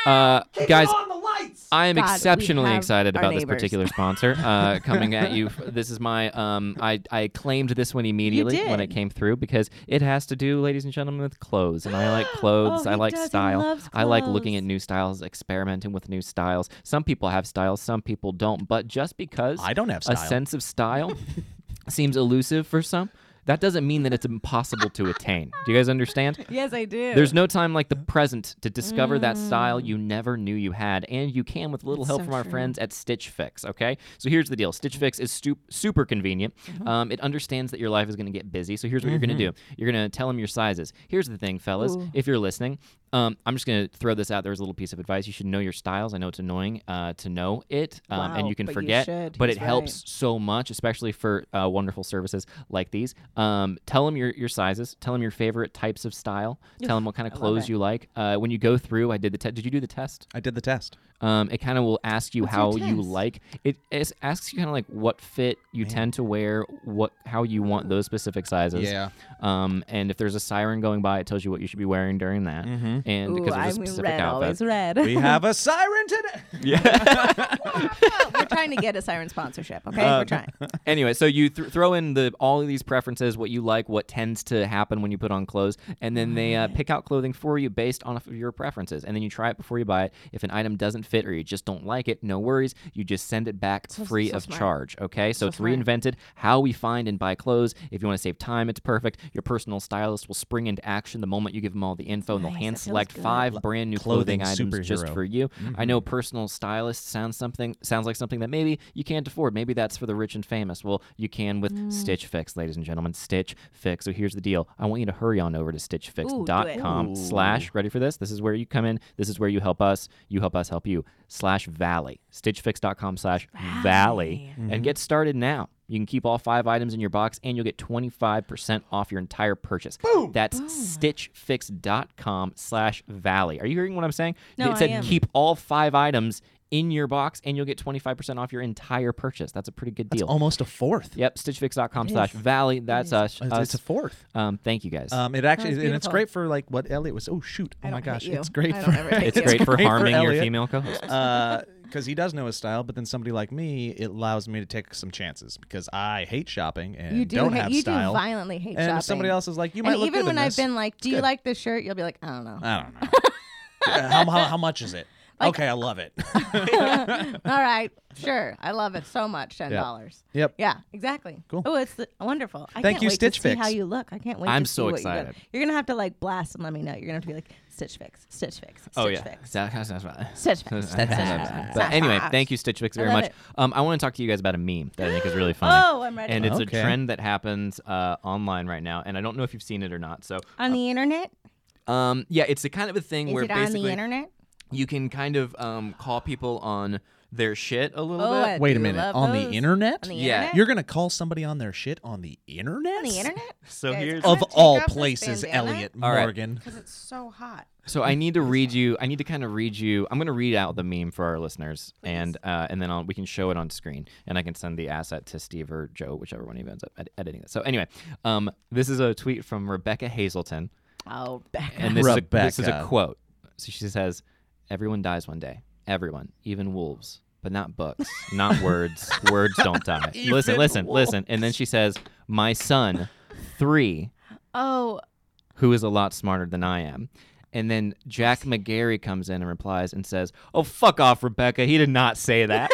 Speaker 4: Uh, guys, I am
Speaker 1: God, we
Speaker 4: exceptionally
Speaker 1: have
Speaker 4: excited
Speaker 1: our
Speaker 4: about this
Speaker 1: neighbors.
Speaker 4: particular sponsor uh, coming at you. This is my um, I I claimed this one immediately when it
Speaker 1: did.
Speaker 4: came through because it has to do, ladies and gentlemen, with clothes, and I like clothes.
Speaker 1: Oh,
Speaker 4: I
Speaker 1: he
Speaker 4: like
Speaker 1: does. He
Speaker 4: style.
Speaker 1: loves
Speaker 4: I like looking
Speaker 1: clothes.
Speaker 4: at new styles, experimenting with new styles. Some people have styles, some people don't. But just because
Speaker 3: I don't have
Speaker 4: a
Speaker 3: style.
Speaker 4: sense of style seems elusive for some, that doesn't mean that it's impossible to attain. Do you guys understand?
Speaker 1: Yes, I do. Mm.
Speaker 4: There's no time like the present to discover that style you never knew you had, and you can with little help
Speaker 1: so
Speaker 4: from our
Speaker 1: true.
Speaker 4: friends at Stitch Fix. Okay, so here's the deal: Stitch Fix is stu- super convenient.
Speaker 1: Mm-hmm.
Speaker 4: Um, it understands that your life is going to get busy, so here's what you're going to do: you're going to tell them your sizes. Here's the thing, fellas, if you're listening. Um, I'm just going to throw this out there as a little piece of advice. You should know your styles. I know it's annoying uh, to know it, um, and
Speaker 1: Wow,
Speaker 4: you can
Speaker 1: but you
Speaker 4: forget,
Speaker 1: should.
Speaker 4: but
Speaker 1: He's
Speaker 4: it
Speaker 1: right.
Speaker 4: helps so much, especially for uh, wonderful services like these. Um, tell them your, your sizes. Tell them your favorite types of style. Tell them what kind of clothes you like. Uh, when you go through, I did the test. Did you do the test?
Speaker 5: I did the test.
Speaker 4: Um, it kind of will ask you
Speaker 1: What's your
Speaker 4: how you
Speaker 1: test?
Speaker 4: like. It, it asks you kind of like what fit you tend to wear, what how you want those specific sizes.
Speaker 3: Yeah.
Speaker 4: Um, and if there's a siren going by, it tells you what you should be wearing during that. And
Speaker 1: Ooh,
Speaker 4: because
Speaker 1: I
Speaker 4: there's a
Speaker 1: mean,
Speaker 4: specific
Speaker 1: red, always
Speaker 4: outfit.
Speaker 1: red.
Speaker 5: We have a siren today.
Speaker 1: We're trying to get a siren sponsorship, okay?
Speaker 3: Uh,
Speaker 1: We're trying.
Speaker 4: anyway, so you th- throw in the all of these preferences, what you like, what tends to happen when you put on clothes, and then they uh, pick out clothing for you based on your preferences. And then you try it before you buy it. If an item doesn't fit or you just don't like it, no worries. You just send it back free
Speaker 1: so
Speaker 4: of
Speaker 1: smart.
Speaker 4: charge. Okay, so, it's
Speaker 1: smart.
Speaker 4: reinvented how we find and buy clothes. If you want to save time, it's perfect. Your personal stylist will spring into action the moment you give them all the info, and they'll
Speaker 1: Nice,
Speaker 4: hand
Speaker 1: that feels
Speaker 4: select
Speaker 1: good.
Speaker 4: five brand new clothing,
Speaker 3: clothing
Speaker 4: items just
Speaker 3: superhero.
Speaker 4: for you. I know personal stylist sounds something sounds like something that maybe you can't afford. Maybe that's for the rich and famous. Well, you can with Stitch Fix, ladies and gentlemen. Stitch Fix. So here's the deal. I want you to hurry on over to stitchfix.com
Speaker 1: Ooh,
Speaker 4: slash ready for this. This is where you come in. This is where you help us. You help us help you. Slash valley. Stitchfix.com slash valley.
Speaker 3: Mm-hmm.
Speaker 4: And get started now. You can keep all five items in your box and you'll get 25% off your entire purchase. Boom.
Speaker 1: Oh.
Speaker 4: That's stitchfix.com slash valley. Are you hearing what I'm saying?
Speaker 1: No,
Speaker 4: it said
Speaker 1: I am.
Speaker 4: keep all five items in your box and you'll get 25% off your entire purchase. That's a pretty good deal.
Speaker 3: Almost a fourth.
Speaker 4: yep, stitchfix.com slash valley. That's us.
Speaker 3: It's,
Speaker 4: us.
Speaker 3: it's a fourth.
Speaker 4: um, thank you guys.
Speaker 3: Um, it actually, and it's
Speaker 1: beautiful.
Speaker 3: great for like what Elliot was. Oh shoot! Oh
Speaker 1: I
Speaker 3: my
Speaker 1: don't hate
Speaker 3: gosh,
Speaker 1: you.
Speaker 3: it's great.
Speaker 1: I
Speaker 3: for,
Speaker 1: don't ever hate
Speaker 4: it's
Speaker 1: you.
Speaker 4: great for
Speaker 3: great for
Speaker 4: harming your
Speaker 3: Elliot.
Speaker 4: female co-host.
Speaker 3: because he does know his style, but then somebody like me, it allows me to take some chances because I hate shopping and
Speaker 1: You do
Speaker 3: not
Speaker 1: hate-
Speaker 3: have
Speaker 1: you do
Speaker 3: style.
Speaker 1: violently hate
Speaker 3: and
Speaker 1: shopping.
Speaker 3: if somebody else is like, you might
Speaker 1: And
Speaker 3: look
Speaker 1: even
Speaker 3: good
Speaker 1: when
Speaker 3: in
Speaker 1: I've
Speaker 3: this.
Speaker 1: been like, "Do you
Speaker 3: good.
Speaker 1: like this shirt?" You'll be like, "I don't know."
Speaker 3: I don't know. Uh, how, how, how much is it? okay, I love it.
Speaker 1: All right, sure, I love it so much. Ten dollars.
Speaker 3: Yep.
Speaker 1: Yeah, exactly. Cool. Oh, it's wonderful. I
Speaker 3: Thank
Speaker 1: can't
Speaker 3: you,
Speaker 1: wait
Speaker 3: Stitch
Speaker 1: to see
Speaker 3: Fix.
Speaker 1: how you look. I can't wait.
Speaker 4: I'm
Speaker 1: to see
Speaker 4: so
Speaker 1: what you look.
Speaker 4: excited.
Speaker 1: You're gonna have to like blast and let me know. You're gonna have to be like Stitch Fix, Stitch Fix, Stitch
Speaker 4: Oh yeah.
Speaker 1: Fix,
Speaker 4: That- that's- that's right.
Speaker 1: Stitch Fix.
Speaker 4: That's-
Speaker 1: Fix.
Speaker 4: But anyway, thank you, Stitch Fix, very
Speaker 1: love
Speaker 4: much.
Speaker 1: it.
Speaker 4: Um, I want to talk to you guys about a meme that I think is really funny.
Speaker 1: Oh, I'm ready.
Speaker 4: And it's
Speaker 3: Okay.
Speaker 4: a trend that happens uh, online right now, and I don't know if you've seen it or not. So,
Speaker 1: on the internet.
Speaker 4: um, yeah, it's a kind of a thing
Speaker 1: Is
Speaker 4: where
Speaker 1: it on
Speaker 4: basically
Speaker 1: the internet?
Speaker 4: you can kind of um, call people on their shit a little
Speaker 1: Oh,
Speaker 4: bit.
Speaker 1: I
Speaker 3: Wait a
Speaker 1: do
Speaker 3: minute.
Speaker 1: love
Speaker 3: On
Speaker 1: those.
Speaker 3: the internet?
Speaker 1: On the
Speaker 4: Yeah.
Speaker 1: internet?
Speaker 3: You're going to call somebody on their shit on the internet?
Speaker 1: on the internet.
Speaker 4: so
Speaker 1: Guys,
Speaker 4: here's
Speaker 1: I'm
Speaker 3: Of
Speaker 1: gonna take
Speaker 3: all
Speaker 1: off this
Speaker 3: places,
Speaker 1: bandana
Speaker 3: Elliot
Speaker 4: All right.
Speaker 3: Morgan.
Speaker 1: because it's so hot.
Speaker 4: So I need to read you. I need to kind of read you. I'm going to read out the meme for our listeners, and uh, and then I'll, we can show it on screen, and I can send the asset to Steve or Joe, whichever one of you ends up ed- editing it. So anyway, um, this is a tweet from Rebecca Hazelton,
Speaker 1: Oh, Becca.
Speaker 4: and this is a, this is a
Speaker 3: Rebecca.
Speaker 4: quote. So she says, "Everyone dies one day. Everyone, even wolves, but not books, not words. words don't die. Listen, listen, listen." And then she says, "My son, three,
Speaker 1: Oh,
Speaker 4: who is a lot smarter than I am. And then Jack McGarry comes in and replies and says, Oh, fuck off, Rebecca. He did not say that.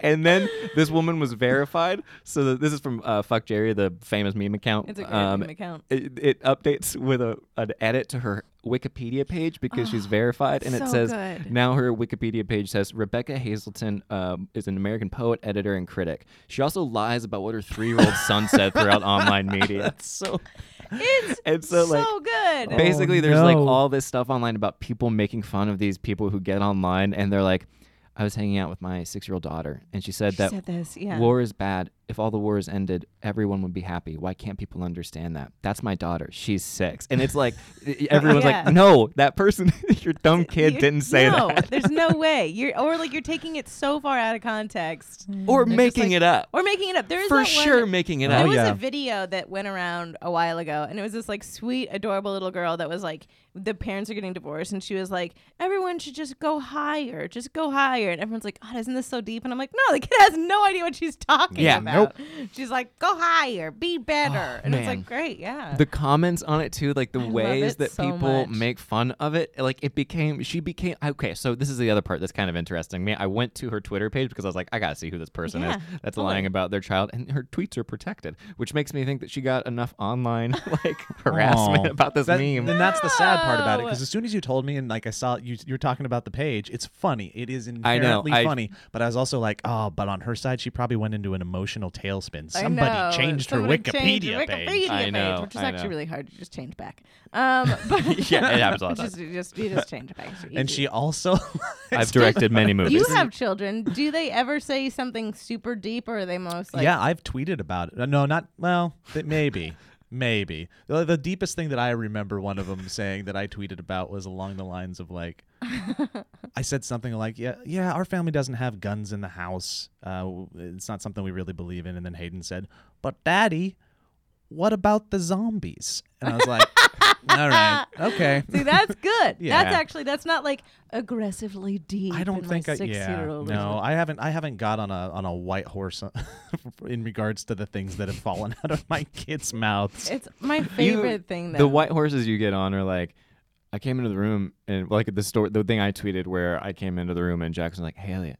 Speaker 4: and then this woman was verified. So that this is from uh, Fuck Jerry, the famous meme account.
Speaker 1: it's a great
Speaker 4: Um,
Speaker 1: meme account.
Speaker 4: it, it updates with a an edit to her Wikipedia page because she's verified, and it
Speaker 1: so
Speaker 4: says
Speaker 1: good.
Speaker 4: now her Wikipedia page says Rebecca Hazelton um, is an American poet, editor, and critic. She also lies about what her three year old son said throughout online media.
Speaker 3: So
Speaker 1: It's
Speaker 4: And so, like,
Speaker 1: so good.
Speaker 4: basically there's like
Speaker 3: no.
Speaker 4: all this stuff online about people making fun of these people who get online and they're like i was hanging out with my six-year-old daughter and she said
Speaker 1: She
Speaker 4: that
Speaker 1: said this, yeah.
Speaker 4: war is bad if all the wars ended everyone would be happy why can't people understand that that's my daughter she's six and it's like e, everyone's
Speaker 1: Yeah.
Speaker 4: like no that person your dumb kid
Speaker 1: You-
Speaker 4: didn't say
Speaker 1: no,
Speaker 4: that
Speaker 1: there's no way. You're or like you're taking it so far out of context,
Speaker 4: or
Speaker 1: Mm, They're just
Speaker 4: making
Speaker 1: like-
Speaker 4: it up
Speaker 1: or making it up. There is
Speaker 4: for
Speaker 1: that
Speaker 4: sure
Speaker 1: One,
Speaker 4: making it
Speaker 1: there
Speaker 4: up
Speaker 1: was a video that went around a while ago, and it was this like sweet, adorable little girl that was like, the parents are getting divorced and she was like everyone should just go higher just go higher and everyone's like god isn't this so deep and i'm like no the kid has no idea what she's talking
Speaker 4: Yeah, Oh,
Speaker 1: about she's like go higher be better and it's
Speaker 4: man.
Speaker 1: like great yeah
Speaker 4: the comments on it too like the
Speaker 1: love
Speaker 4: ways
Speaker 1: it
Speaker 4: that
Speaker 1: so
Speaker 4: people
Speaker 1: much.
Speaker 4: make fun of it like it became she became okay so this is the other part that's kind of interesting me i went to her twitter page because i was like i gotta see who this person
Speaker 1: Yeah,
Speaker 4: is that's
Speaker 1: totally.
Speaker 4: lying about their child and her tweets are protected which makes me think that she got enough online like harassment
Speaker 3: Aw.
Speaker 4: about this
Speaker 3: Oh. That-
Speaker 4: meme
Speaker 3: Then that's the sad part about it
Speaker 1: No.
Speaker 3: because as soon as you told me and like I saw you, you're talking about the page. It's funny. It is
Speaker 4: I know,
Speaker 3: inherently
Speaker 4: I-
Speaker 3: funny. But I was also like, oh, but on her side, she probably went into an emotional tailspin.
Speaker 1: I know.
Speaker 3: Somebody changed her
Speaker 1: Somebody changed
Speaker 3: Wikipedia
Speaker 1: her
Speaker 3: page.
Speaker 1: Wikipedia
Speaker 4: I
Speaker 1: page,
Speaker 4: know,
Speaker 1: which is
Speaker 4: I
Speaker 1: actually
Speaker 4: know.
Speaker 1: really hard to just change back. Um, but
Speaker 4: Yeah, it happens all the time.
Speaker 1: Just, you just, you just change it back. It's
Speaker 3: And
Speaker 1: easy.
Speaker 3: she also,
Speaker 4: i've directed many movies
Speaker 1: You have children. Do they ever say something super deep, or are they most like?
Speaker 3: yeah, I've tweeted about it. Uh, No, not well. Th- maybe, maybe the, the deepest thing that I remember one of them saying that I tweeted about was along the lines of like, I said something like, "Yeah, yeah, our family doesn't have guns in the house. Uh, w- it's not something we really believe in." And then Hayden said, "But Daddy, what about the zombies?" And I was like, "All right, okay."
Speaker 1: See, that's good.
Speaker 3: Yeah.
Speaker 1: That's actually that's not like aggressively deep.
Speaker 3: I don't
Speaker 1: in
Speaker 3: think
Speaker 1: my
Speaker 3: I. Yeah,
Speaker 1: six-year-old or
Speaker 3: no,
Speaker 1: something.
Speaker 3: I haven't. I haven't got on a on a white horse uh, in regards to the things that have fallen out of my kids' mouths.
Speaker 1: It's my
Speaker 4: You-
Speaker 1: favorite thing. Though.
Speaker 4: The white horses you get on are like, I came into the room and like the story, the thing I tweeted where I came into the room and Jackson was like, hey Elliot,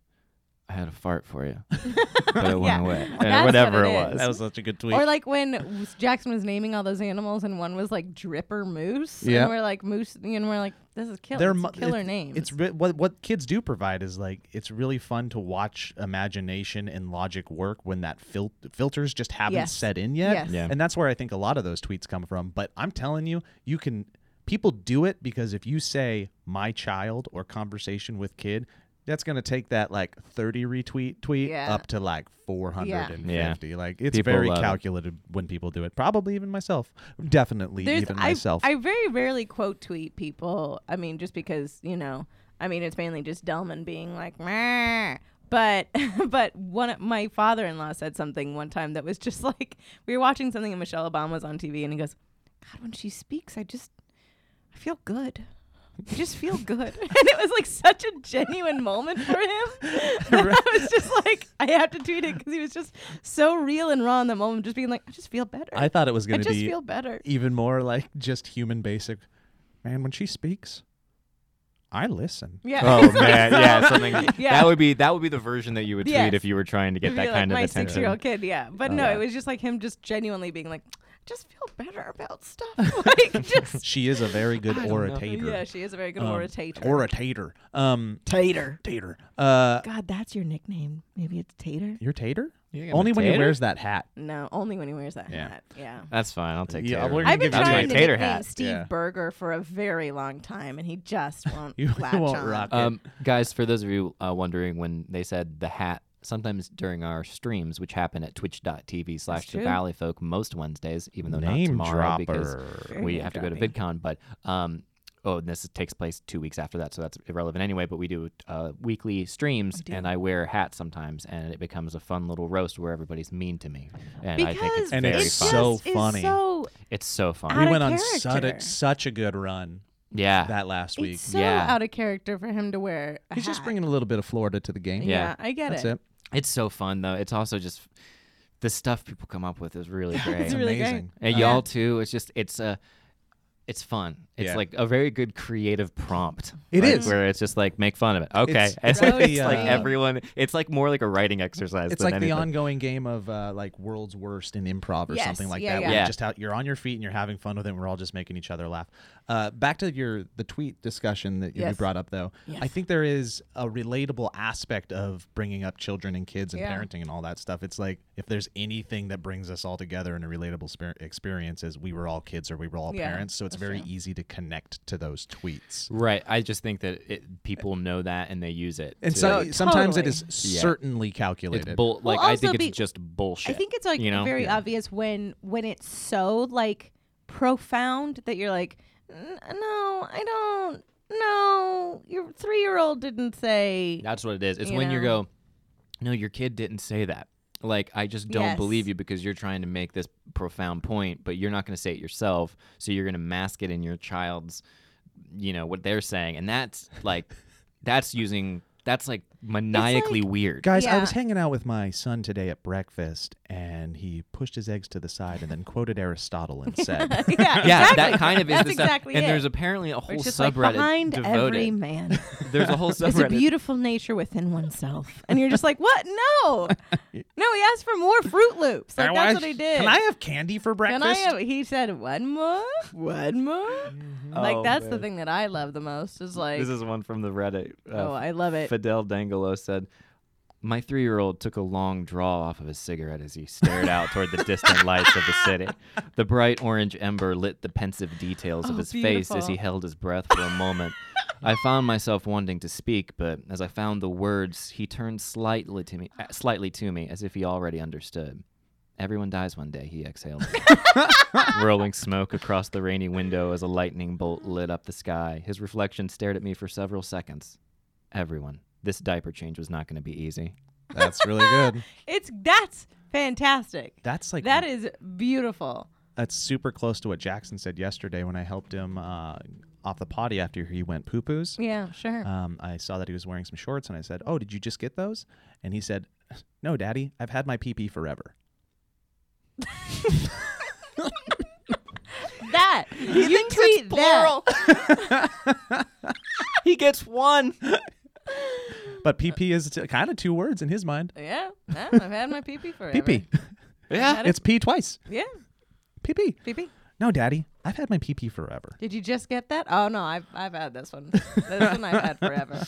Speaker 4: I had a fart for you, but it
Speaker 1: Yeah.
Speaker 4: went away, and
Speaker 1: That's what
Speaker 4: whatever
Speaker 1: it
Speaker 4: it,
Speaker 1: is.
Speaker 4: was.
Speaker 3: That was such a good tweet.
Speaker 1: Or like when Jackson was naming all those animals, and one was like Dripper Moose,
Speaker 4: Yeah.
Speaker 1: and we're like Moose, and we're like, this is kill-
Speaker 3: They're
Speaker 1: it's
Speaker 3: mu-
Speaker 1: killer
Speaker 3: it's-
Speaker 1: name.
Speaker 3: It's re- what what kids do provide is like it's really fun to watch imagination and logic work when that fil- filters just haven't
Speaker 1: Yes.
Speaker 3: set in yet.
Speaker 1: Yes.
Speaker 4: Yeah.
Speaker 3: And that's where I think a lot of those tweets come from. But I'm telling you, you can people do it because if you say my child or conversation with kid, that's gonna take that like 30 retweet tweet
Speaker 1: Yeah.
Speaker 3: up to like 450. Like it's
Speaker 4: People
Speaker 3: very
Speaker 4: love it.
Speaker 3: calculated when people do it. Probably even myself. Definitely even
Speaker 1: I,
Speaker 3: myself.
Speaker 1: I very rarely quote tweet people. I mean, just because you know, I mean, it's mainly just Delman being like, Meh. but but one of- my father in law said something one time that was just like we were watching something and Michelle Obama was on TV and he goes, God, when she speaks, I just I feel good. I just feel good, and it was like such a genuine moment for him. I was just like, I have to tweet it because he was just so real and raw in the moment, just being like, I just feel better.
Speaker 3: I thought it was
Speaker 1: I
Speaker 3: gonna
Speaker 1: just
Speaker 3: be
Speaker 1: feel better.
Speaker 3: even more like just human basic. Man, when she speaks, I listen.
Speaker 1: Yeah.
Speaker 4: Oh man, yeah, something
Speaker 1: Yeah.
Speaker 4: that would be that would be the version that you would tweet
Speaker 1: Yes.
Speaker 4: if you were trying to get
Speaker 1: It'd
Speaker 4: that
Speaker 1: be
Speaker 4: kind
Speaker 1: like
Speaker 4: of
Speaker 1: my
Speaker 4: attention.
Speaker 1: six-year-old kid, yeah. But
Speaker 4: Oh,
Speaker 1: no,
Speaker 4: yeah.
Speaker 1: it was just like him just genuinely being like, just feel better about stuff. like just
Speaker 3: She is a very good orator.
Speaker 1: yeah, she is a very good
Speaker 3: Um,
Speaker 1: orator.
Speaker 3: Orator. Um,
Speaker 1: tater.
Speaker 3: tater. Uh,
Speaker 1: God, that's your nickname. Maybe it's Tater.
Speaker 3: you're tater.
Speaker 4: You think I'm a
Speaker 3: Only when he
Speaker 4: tater?
Speaker 3: wears that hat.
Speaker 1: No, only when he wears that
Speaker 3: Yeah.
Speaker 1: hat. Yeah.
Speaker 4: That's fine. I'll take
Speaker 3: Yeah,
Speaker 4: yeah,
Speaker 3: we're
Speaker 4: tater.
Speaker 3: gonna
Speaker 1: I've been
Speaker 3: give you
Speaker 1: trying
Speaker 3: a
Speaker 1: to
Speaker 4: tater
Speaker 1: nickname
Speaker 4: hat.
Speaker 1: Steve
Speaker 3: Yeah.
Speaker 1: Berger for a very long time, and he just won't
Speaker 3: You
Speaker 1: latch
Speaker 3: won't
Speaker 1: on.
Speaker 3: rock it.
Speaker 4: Um, guys, for those of you uh, wondering, when they said the hat, sometimes during our streams, which happen at twitch.tv slash the
Speaker 1: true.
Speaker 4: Valley Folk most Wednesdays, even though
Speaker 3: Name
Speaker 4: not tomorrow because
Speaker 1: Very
Speaker 4: we
Speaker 1: name
Speaker 4: have to go to
Speaker 1: dropping.
Speaker 4: VidCon, but um, oh, and this takes place two weeks after that, so that's irrelevant anyway. But we do uh, weekly streams, and I wear hats sometimes, and it becomes a fun little roast where everybody's mean to me, and
Speaker 1: Because
Speaker 4: I think it's
Speaker 3: And
Speaker 4: very
Speaker 3: it's
Speaker 4: fun.
Speaker 3: so-
Speaker 1: just is
Speaker 3: funny.
Speaker 1: so-
Speaker 4: it's so fun.
Speaker 1: Out
Speaker 3: we
Speaker 1: of
Speaker 3: went on such a,
Speaker 1: character.
Speaker 3: such a good run
Speaker 4: yeah,
Speaker 3: that last week.
Speaker 1: it's so
Speaker 4: Yeah.
Speaker 1: out of character for him to wear. A
Speaker 3: He's just
Speaker 1: hat.
Speaker 3: bringing a little bit of Florida to the game.
Speaker 4: Yeah.
Speaker 1: I get
Speaker 3: That's
Speaker 1: it.
Speaker 3: it.
Speaker 4: it's so fun though. It's also just the stuff people come up with is really great.
Speaker 1: It's really great.
Speaker 3: Amazing.
Speaker 4: And
Speaker 1: Yeah.
Speaker 4: y'all too. It's just it's a it's fun. It's
Speaker 3: Yeah.
Speaker 4: like a very good creative prompt.
Speaker 3: It
Speaker 4: It is
Speaker 3: is.
Speaker 4: where it's just like make fun of it. Okay,
Speaker 3: It's- it's
Speaker 1: like the,
Speaker 4: like
Speaker 1: uh,
Speaker 4: everyone. It's like more like a writing exercise.
Speaker 3: It's
Speaker 4: than
Speaker 3: like
Speaker 4: anything.
Speaker 3: the ongoing game of uh, like world's worst in improv or
Speaker 1: Yes,
Speaker 3: something like
Speaker 1: yeah,
Speaker 3: that.
Speaker 1: yeah.
Speaker 3: Where
Speaker 4: Yeah.
Speaker 3: you just out, you're on your feet and you're having fun with it. And we're all just making each other laugh. Uh, back to your the tweet discussion that you
Speaker 1: Yes.
Speaker 3: brought up though. I
Speaker 1: Yes.
Speaker 3: think there is a relatable aspect of bringing up children and kids and
Speaker 1: Yeah.
Speaker 3: parenting and all that stuff. It's like if there's anything that brings us all together in a relatable spir- experience is we were all kids or we were all
Speaker 1: Yeah,
Speaker 3: parents. So it's very easy to connect to those tweets.
Speaker 4: Right. I just think that it, people know that and they use it.
Speaker 3: And
Speaker 4: to-
Speaker 3: so
Speaker 1: No,
Speaker 3: sometimes it is
Speaker 1: totally.
Speaker 4: Yeah.
Speaker 3: certainly
Speaker 4: it's
Speaker 3: calculated.
Speaker 4: bull.
Speaker 1: Well,
Speaker 4: Like I think
Speaker 1: also
Speaker 4: it's
Speaker 1: be-
Speaker 4: just bullshit.
Speaker 1: I think it's like
Speaker 4: you know?
Speaker 1: very obvious when when it's so like profound that you're like, "N- no, I don't. No, your three year old didn't say.
Speaker 4: That's what it is. It's
Speaker 1: You
Speaker 4: when you
Speaker 1: know?
Speaker 4: go, no, your kid didn't say that. Like, I just don't
Speaker 1: Yes.
Speaker 4: believe you because you're trying to make this profound point, but you're not going to say it yourself. So you're going to mask it in your child's you know what they're saying, and that's like that's using that's like maniacally weird.
Speaker 3: Guys, I
Speaker 1: Yeah.
Speaker 3: was hanging out with my son today at breakfast, and he pushed his eggs to the side and then quoted Aristotle and said,
Speaker 1: yeah,
Speaker 4: yeah,
Speaker 1: exactly.
Speaker 4: that kind of is
Speaker 1: That's
Speaker 4: the stuff.
Speaker 1: exactly
Speaker 4: and
Speaker 1: it.
Speaker 4: there's apparently a whole
Speaker 1: It's just like
Speaker 4: subreddit
Speaker 1: behind
Speaker 4: devoted.
Speaker 1: every man.
Speaker 4: There's a whole
Speaker 1: It's a
Speaker 4: subreddit.
Speaker 1: beautiful nature within oneself. And you're just like, what? No. No, he asked for more Fruit Loops. Like, that's what he did.
Speaker 3: Can I have candy for breakfast?
Speaker 1: Can I have, he said, one more? One more? Like, that's the thing that I love the most is like,
Speaker 4: Mm-hmm. Oh, This is one from the Reddit. Uh,
Speaker 1: oh, I love it.
Speaker 4: Fidel Dangelo said, My three year old took a long draw off of his cigarette as he stared out toward the distant lights of the city. The bright orange ember lit the pensive details of
Speaker 1: Oh,
Speaker 4: his face as he
Speaker 1: beautiful.
Speaker 4: held his breath for a moment. I found myself wanting to speak, but as I found the words, he turned slightly to me, uh, slightly to me, as if he already understood. Everyone dies one day, he exhaled. Rolling smoke across the rainy window as a lightning bolt lit up the sky. His reflection stared at me for several seconds. Everyone, this diaper change was not going to be easy.
Speaker 3: That's really good.
Speaker 1: It's, that's fantastic.
Speaker 3: That's like
Speaker 1: That is beautiful.
Speaker 3: that's super close to what Jackson said yesterday when I helped him uh, off the potty after he went poo poos.
Speaker 1: Yeah, sure.
Speaker 3: Um, I saw that he was wearing some shorts, and I said, "Oh, did you just get those?" And he said, "No, Daddy, I've had my pee pee forever."
Speaker 1: that. you tweet that.
Speaker 4: he gets one.
Speaker 3: But
Speaker 1: Uh,
Speaker 3: pee pee is t- kind of two words in his mind.
Speaker 1: Yeah, yeah, I've had my pee pee forever.
Speaker 3: Pee pee.
Speaker 4: Yeah.
Speaker 3: It's pee twice.
Speaker 1: Yeah,
Speaker 3: Pee pee.
Speaker 1: pee pee.
Speaker 3: No, Daddy, I've had my pee pee forever.
Speaker 1: Did you just get that? Oh no, I've I've had this one. this one I've had forever.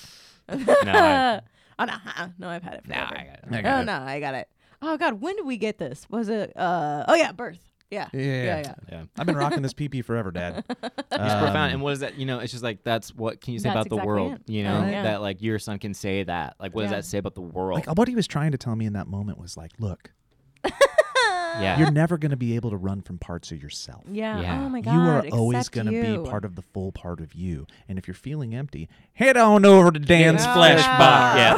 Speaker 4: No, I-
Speaker 1: oh no, uh-uh. no, I've had it
Speaker 4: Nah,
Speaker 1: forever.
Speaker 4: I got it.
Speaker 3: I
Speaker 1: oh no, I got it. Oh god, when did we get this? Was it? uh Oh yeah, birth. Yeah.
Speaker 3: Yeah, yeah,
Speaker 1: Yeah.
Speaker 3: yeah.
Speaker 1: yeah.
Speaker 4: Yeah.
Speaker 3: I've been rocking this pee pee forever, Dad.
Speaker 4: It's
Speaker 3: Um,
Speaker 4: profound. And what is that? You know, it's just like, that's what can you say
Speaker 1: That's
Speaker 4: about the
Speaker 1: exactly
Speaker 4: world?
Speaker 1: it. Oh,
Speaker 4: You know,
Speaker 1: Yeah.
Speaker 4: that like your son can say that. Like, what does
Speaker 1: Yeah.
Speaker 4: that say about the world?
Speaker 3: Like what he was trying to tell me in that moment was like, look,
Speaker 1: oh,
Speaker 4: yeah.
Speaker 3: you're never gonna be able to run from parts of yourself.
Speaker 1: Yeah.
Speaker 4: Yeah.
Speaker 1: Oh my god.
Speaker 3: You are always
Speaker 1: going
Speaker 3: gonna
Speaker 1: to
Speaker 3: be part of the full part of you. And if you're feeling empty, head on over to Dan's
Speaker 1: Yeah.
Speaker 3: Flesh Box.
Speaker 4: Yeah,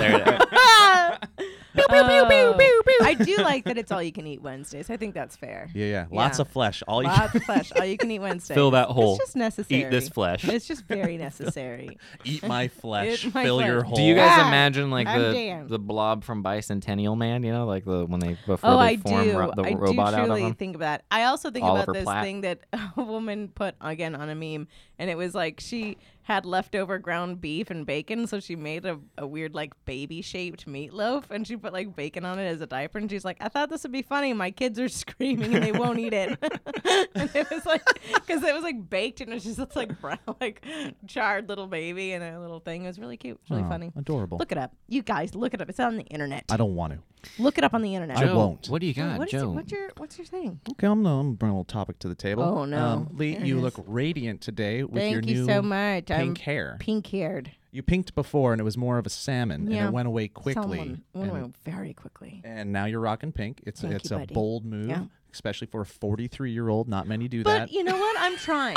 Speaker 4: there it is.
Speaker 1: Uh, I do like that it's all you can eat Wednesdays. I think that's fair.
Speaker 3: Yeah, yeah. Lots
Speaker 1: Yeah.
Speaker 3: of flesh. All you
Speaker 1: Lots of flesh. All you can eat Wednesday.
Speaker 4: Fill that hole.
Speaker 1: It's just necessary.
Speaker 4: Eat this flesh.
Speaker 1: It's just very necessary.
Speaker 3: eat my flesh,
Speaker 1: Eat my
Speaker 3: fill
Speaker 1: flesh.
Speaker 3: your
Speaker 1: Do
Speaker 3: hole.
Speaker 4: Do you guys
Speaker 1: Yeah.
Speaker 4: imagine like
Speaker 1: I'm
Speaker 4: the
Speaker 1: damned.
Speaker 4: the blob from Bicentennial Man? You know, like the when they before
Speaker 1: Oh,
Speaker 4: they
Speaker 1: I
Speaker 4: form
Speaker 1: do.
Speaker 4: ro- the
Speaker 1: I
Speaker 4: robot
Speaker 1: do
Speaker 4: out of
Speaker 1: truly
Speaker 4: them.
Speaker 1: think of that. I also think
Speaker 4: Oliver
Speaker 1: about this
Speaker 4: Platt.
Speaker 1: thing that a woman put again on a meme, and it was like she had leftover ground beef and bacon, so she made a, a weird like baby shaped meatloaf, and she put like bacon on it as a diaper, and she's like, "I thought this would be funny. My kids are screaming and they won't eat it." and it was like because it was like baked and it was just this, like brown, like charred little baby and a little thing. It was really cute. It was really
Speaker 3: Oh,
Speaker 1: funny.
Speaker 3: Adorable.
Speaker 1: Look it up, you guys. Look it up. It's on the internet.
Speaker 3: I don't want to.
Speaker 1: Look it up on the internet.
Speaker 3: I won't.
Speaker 4: What do you
Speaker 1: Wait,
Speaker 4: got,
Speaker 1: what is it?
Speaker 4: Joe?
Speaker 1: What's your what's your thing?
Speaker 3: Okay, I'm gonna, I'm gonna bring a little topic to the table. Um,
Speaker 1: Oh, no.
Speaker 3: Lee,
Speaker 1: There it
Speaker 3: you
Speaker 1: is.
Speaker 3: look radiant today with your
Speaker 1: Thank you
Speaker 3: new
Speaker 1: so much.
Speaker 3: pink
Speaker 1: I'm
Speaker 3: hair.
Speaker 1: pink haired.
Speaker 3: You pinked before, and it was more of a salmon, and
Speaker 1: Yeah.
Speaker 3: it went away quickly.
Speaker 1: Someone
Speaker 3: and,
Speaker 1: went away very quickly.
Speaker 3: and now you're rocking pink. It's
Speaker 1: Thank
Speaker 3: it's
Speaker 1: you,
Speaker 3: a
Speaker 1: buddy.
Speaker 3: bold move,
Speaker 1: Yeah.
Speaker 3: especially for a 43 year old. Not many do
Speaker 1: But
Speaker 3: that.
Speaker 1: you know what? I'm trying.